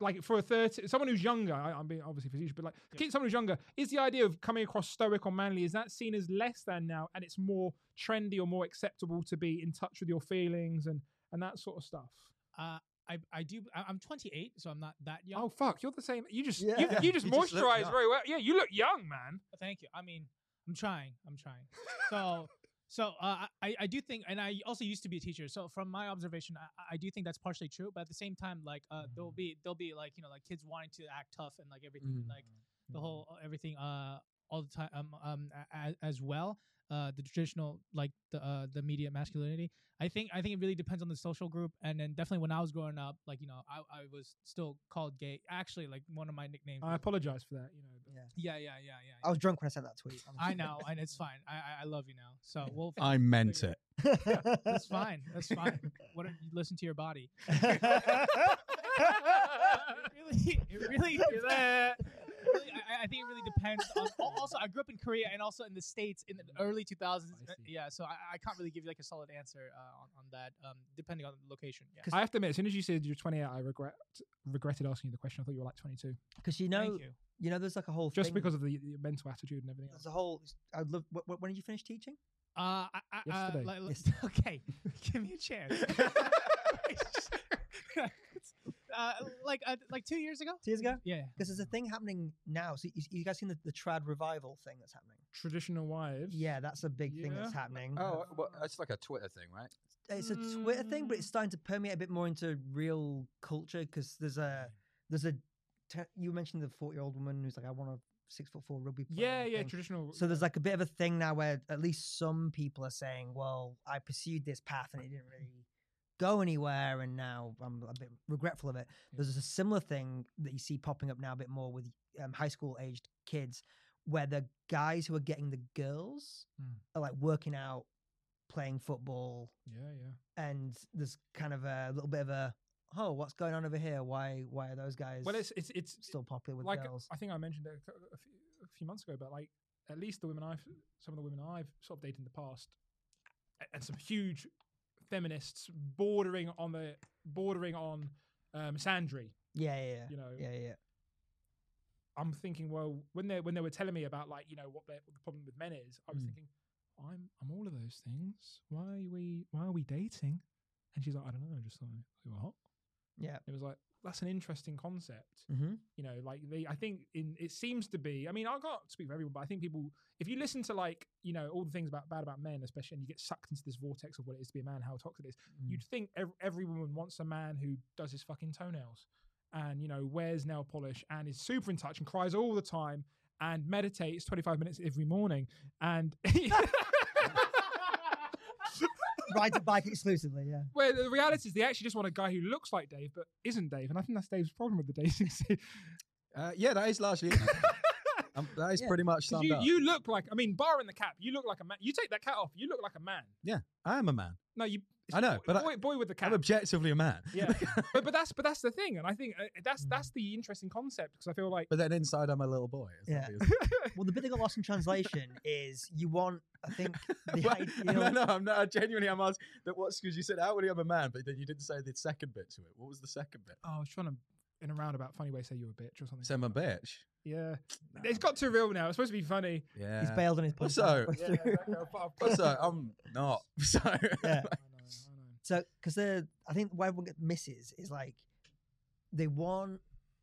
like for a 30, someone who's younger. I, I'm being obviously facetious, but like kids, someone who's younger is the idea of coming across stoic or manly. Is that seen as less than now, and it's more trendy or more acceptable to be in touch with your feelings and and that sort of stuff. Uh, I, I do. I, I'm 28, so I'm not that young. Oh fuck, you're the same. You just Yeah. you, you just You just look moisturize young. very well. Yeah, you look young, man. But Thank you. I mean, I'm trying. I'm trying. So, so uh, I I do think, and I also used to be a teacher. So from my observation, I, I do think that's partially true. But at the same time, like uh, there'll be there'll be like you know like kids wanting to act tough and like everything and, like the whole uh, everything uh all the time um, um as, as well uh the traditional like the uh, the media masculinity i think i think it really depends on the social group and then definitely when i was growing up like you know i, I was still called gay actually like one of my nicknames I was- apologize for that. You know, but- Yeah. yeah yeah yeah yeah I was drunk when I said that tweet. I'm I sorry. know, and it's fine. I I, I love you now. So <laughs> we'll. I meant <laughs> it. <laughs> That's fine. That's fine. Why don't you listen to your body? It really, it really, it really- I, I think it really depends. On, al- also, I grew up in Korea and also in the states in the early 2000s. I Uh, see. Yeah, so I, I can't really give you like a solid answer uh, on, on that, um, depending on the location. Yeah. 'Cause- I have to admit, as soon as you said you're 28, I regret regretted asking you the question. I thought you were like 22, Because you know, Thank you. you. know, there's like a whole just thing- because of the, the mental attitude and <laughs> everything. there's Else. a whole. I'd love. wh- wh- when did you finish teaching? Uh, I, I, uh, Yesterday. like- like- Yesterday. <laughs> okay, give me a chance. <laughs> <laughs> uh, like uh, like two years ago. Two years ago? Yeah. Because there's a thing happening now. So you, you guys seen the, the trad revival thing that's happening? Traditional wives. Yeah, that's a big thing that's Yeah. happening. Oh, well, that's like a Twitter thing, right? it's a Twitter thing, but it's starting to permeate a bit more into real culture because there's a there's a te- you mentioned the forty year old woman who's like I want a six foot four rugby player. yeah, yeah. thing. Traditional. So there's like a bit of a thing now where at least some people are saying, well, I pursued this path and it didn't really go anywhere, and now I'm a bit regretful of it. There's a similar thing that you see popping up now a bit more with um, high school aged kids, where the guys who are getting the girls Mm. are like working out, playing football, yeah, yeah. and there's kind of a little bit of a oh, what's going on over here? Why why are those guys Well, it's it's it's still popular with like girls? I think I mentioned it a, cou- a few, a few months ago, but like at least the women I've some of the women I've sort of dated in the past, a- and some huge feminists bordering on the bordering on um, Sandry. yeah, yeah, yeah, You know, yeah, yeah. I'm thinking, well, when they when they were telling me about like you know what, their, what the problem with men is, I was Mm. thinking, I'm I'm all of those things. Why are we why are we dating? And she's like, I don't know. I just thought you were hot. Yeah. It was like that's an interesting concept. Mm-hmm. You know, like they I think in it seems to be. I mean, I can't speak for everyone, but I think people, if you listen to like you know all the things about bad about men, especially, and you get sucked into this vortex of what it is to be a man, how toxic it is you'd think ev- every woman wants a man who does his fucking toenails and you know wears nail polish and is super in touch and cries all the time and meditates 25 minutes every morning and <laughs> Ride a bike exclusively. Yeah. where the reality is they actually just want a guy who looks like dave but isn't dave and i think that's dave's problem with the dating scene Uh, yeah, that is largely. <laughs> it. um, that is Yeah, pretty much 'Cause summed you, up. you look like i mean barring the cap you look like a man you take that cap off you look like a man I am a man. no you I know, boy, but I- boy, boy with the cap I'm <laughs> objectively a man. yeah but, but that's but that's the thing and i think uh, that's Mm. that's the interesting concept because i feel like <laughs> Hmm. But then inside, I'm a little boy. It's Yeah. obvious. Well, the bit that got lost in translation is you want. I think <laughs> the Well, ideal. <laughs> no, no, I'm not. Genuinely, I'm asking that what's because you said outwardly I'm a man, but then you didn't say the second bit to it. What was the second bit? oh, I was trying to, in a roundabout funny way, say you're a bitch or something. Say I'm a bitch. yeah. Nah, It's got too real now. It's supposed to be funny. Yeah. He's bailed on his punch. Also- Yeah, exactly. I'll- I'll- Also, I'm not. <laughs> So Yeah. I know, I know. So, because the I think where everyone get- misses is like they want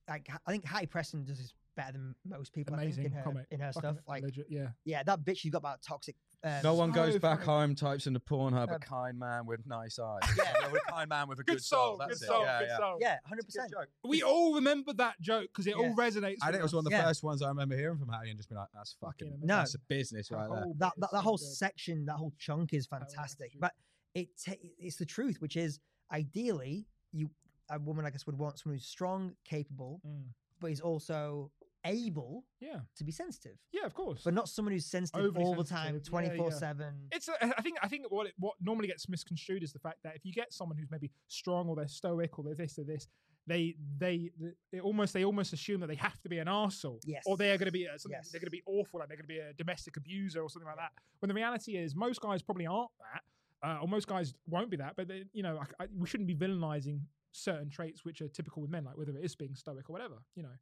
like I think Hattie Preston does this better than most people. I Amazing think, in her, comic. in her Fucking stuff. Like, legit, yeah. yeah, that bitch you got about toxic. Um, no one so goes back funny. home, types into Pornhub, Um, a kind man with nice eyes. <laughs> Yeah, yeah, with a kind man with a good, Good soul, That's good it. soul, Yeah, good yeah. soul. Yeah, hundred It's a good percent. joke. We all remember that joke because it all Yeah. resonates. I with think it was us. one of the Yeah. first ones I remember hearing from Hattie and just being like, that's fucking, Fucking No. that's a business Her right there. whole That bit that, is that so whole good. section, that whole chunk is whole fantastic. attitude. But it ta- it's the truth, which is ideally you a woman I guess would want someone who's strong, capable, Mm. but is also able Yeah, to be sensitive, yeah, of course. but not someone who's sensitive Overly all the sensitive. time, Yeah, yeah. twenty four seven. it's uh, I think I think what it, what normally gets misconstrued is the fact that if you get someone who's maybe strong or they're stoic or they're this or this, they they, they almost they almost assume that they have to be an arsehole. Yes. Or they're going to be uh, something, Yes. they're going to be awful, like they're going to be a domestic abuser or something like that. When the reality is, most guys probably aren't that, uh, or most guys won't be that. But they, you know, I, I, we shouldn't be villainizing certain traits which are typical with men, like whether it is being stoic or whatever. You know,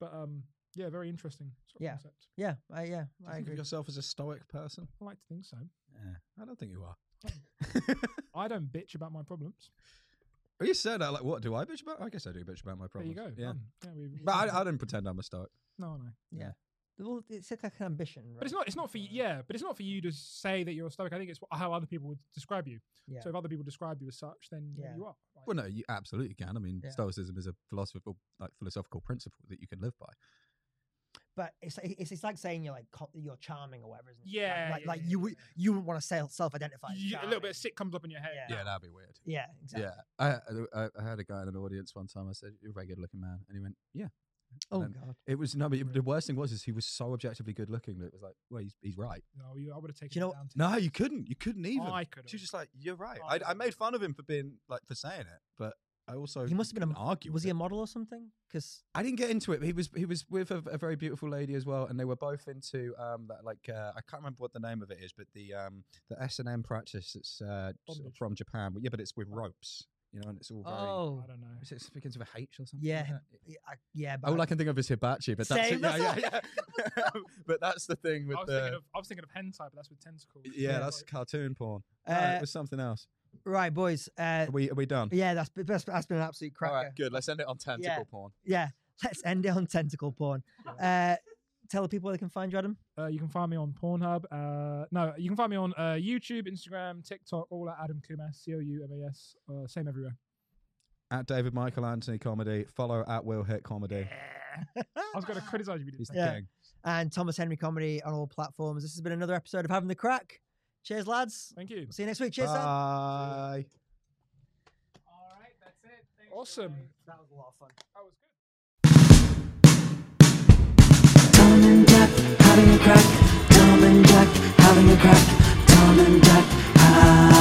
but um, yeah, very interesting. Sort of Yeah. concept. Yeah, I, yeah, Do you I think agree. of yourself as a stoic person? I like to think so. Yeah, I don't think you are. I don't bitch about my problems. Are you saying that? Like, what do I bitch about? I guess I do bitch about my problems. There you go. Yeah. done. yeah we, But I, I didn't pretend I'm a stoic. no, no. Well, it's like an ambition, right? But it's not. It's not for you. Yeah, but it's not for you to say that you're a stoic. I think it's wh- how other people would describe you. Yeah. So if other people describe you as such, then yeah. Yeah. you are. Like, Well, no, you absolutely can. I mean, Yeah. stoicism is a philosophical, like philosophical principle that you can live by. But it's like- it's, it's like saying you're like co- you're charming or whatever, isn't it? Like- Yeah, like, yeah, like yeah, you yeah, would yeah. you wouldn't want to self self identify. as you, a little bit charming. of sick comes up in your head. Yeah. that'd be weird. Yeah, exactly. Yeah, I, I, I had a guy in an audience one time. I said, "You're a very good-looking man," and he went, "Yeah." Oh And god. It was no, but the worst thing was is he was so objectively good-looking that it was like, well, he's, he's right. No, you, I would have taken. you know- it down to No, you couldn't. You couldn't even. I could. She was just like, "You're right." Oh, I, yeah. I made fun of him for being like for saying it, but I also He must have been a couldn't m- argue. Was with he it. a model or something? Because I didn't get into it. But he was he was with a, a very beautiful lady as well, and they were both into um that like uh, I can't remember what the name of it is, but the um the S and M practice that's uh, sort of Bondage. from Japan. Well, yeah, but it's with ropes, you know, and it's all very. Oh, I don't know. Is it it begins with a H or something? Oh. yeah, like him- that? yeah, I- yeah, but All I can think of is hibachi, but that's Same, it. Yeah, that's yeah, <laughs> yeah. <laughs> but that's the thing with I was thinking the of. I was thinking of hentai, but that's with tentacles. <laughs> yeah, that's like- cartoon porn. No, uh, it was something else. right, boys. Uh, <laughs> Are we are we done? yeah, that's, been- that's that's been an absolute All cracker. right, good. Let's end it on tentacle porn. Yeah, let's end it on tentacle porn. Uh, tell the people where they can find you, Adam. Uh, you can find me on Pornhub. Uh, no, you can find me on uh, YouTube, Instagram, TikTok, all at Adam Kumas, C O U M A S. Uh, same everywhere. At David Michael Anthony comedy. Follow at Will Hit comedy. I was going Ah. to criticize you. if you didn't He's say the that. Yeah. king. and Thomas Henry Comedy on all platforms. This has been another episode of Having the Crack. Cheers, lads. Thank you. See you next week. Cheers, Sam. Bye. All right, that's it. Thanks, Awesome. everybody. That was a lot of fun. That was good. Tom and Jack having a crack. Tom and Jack having a crack. Tom and Jack having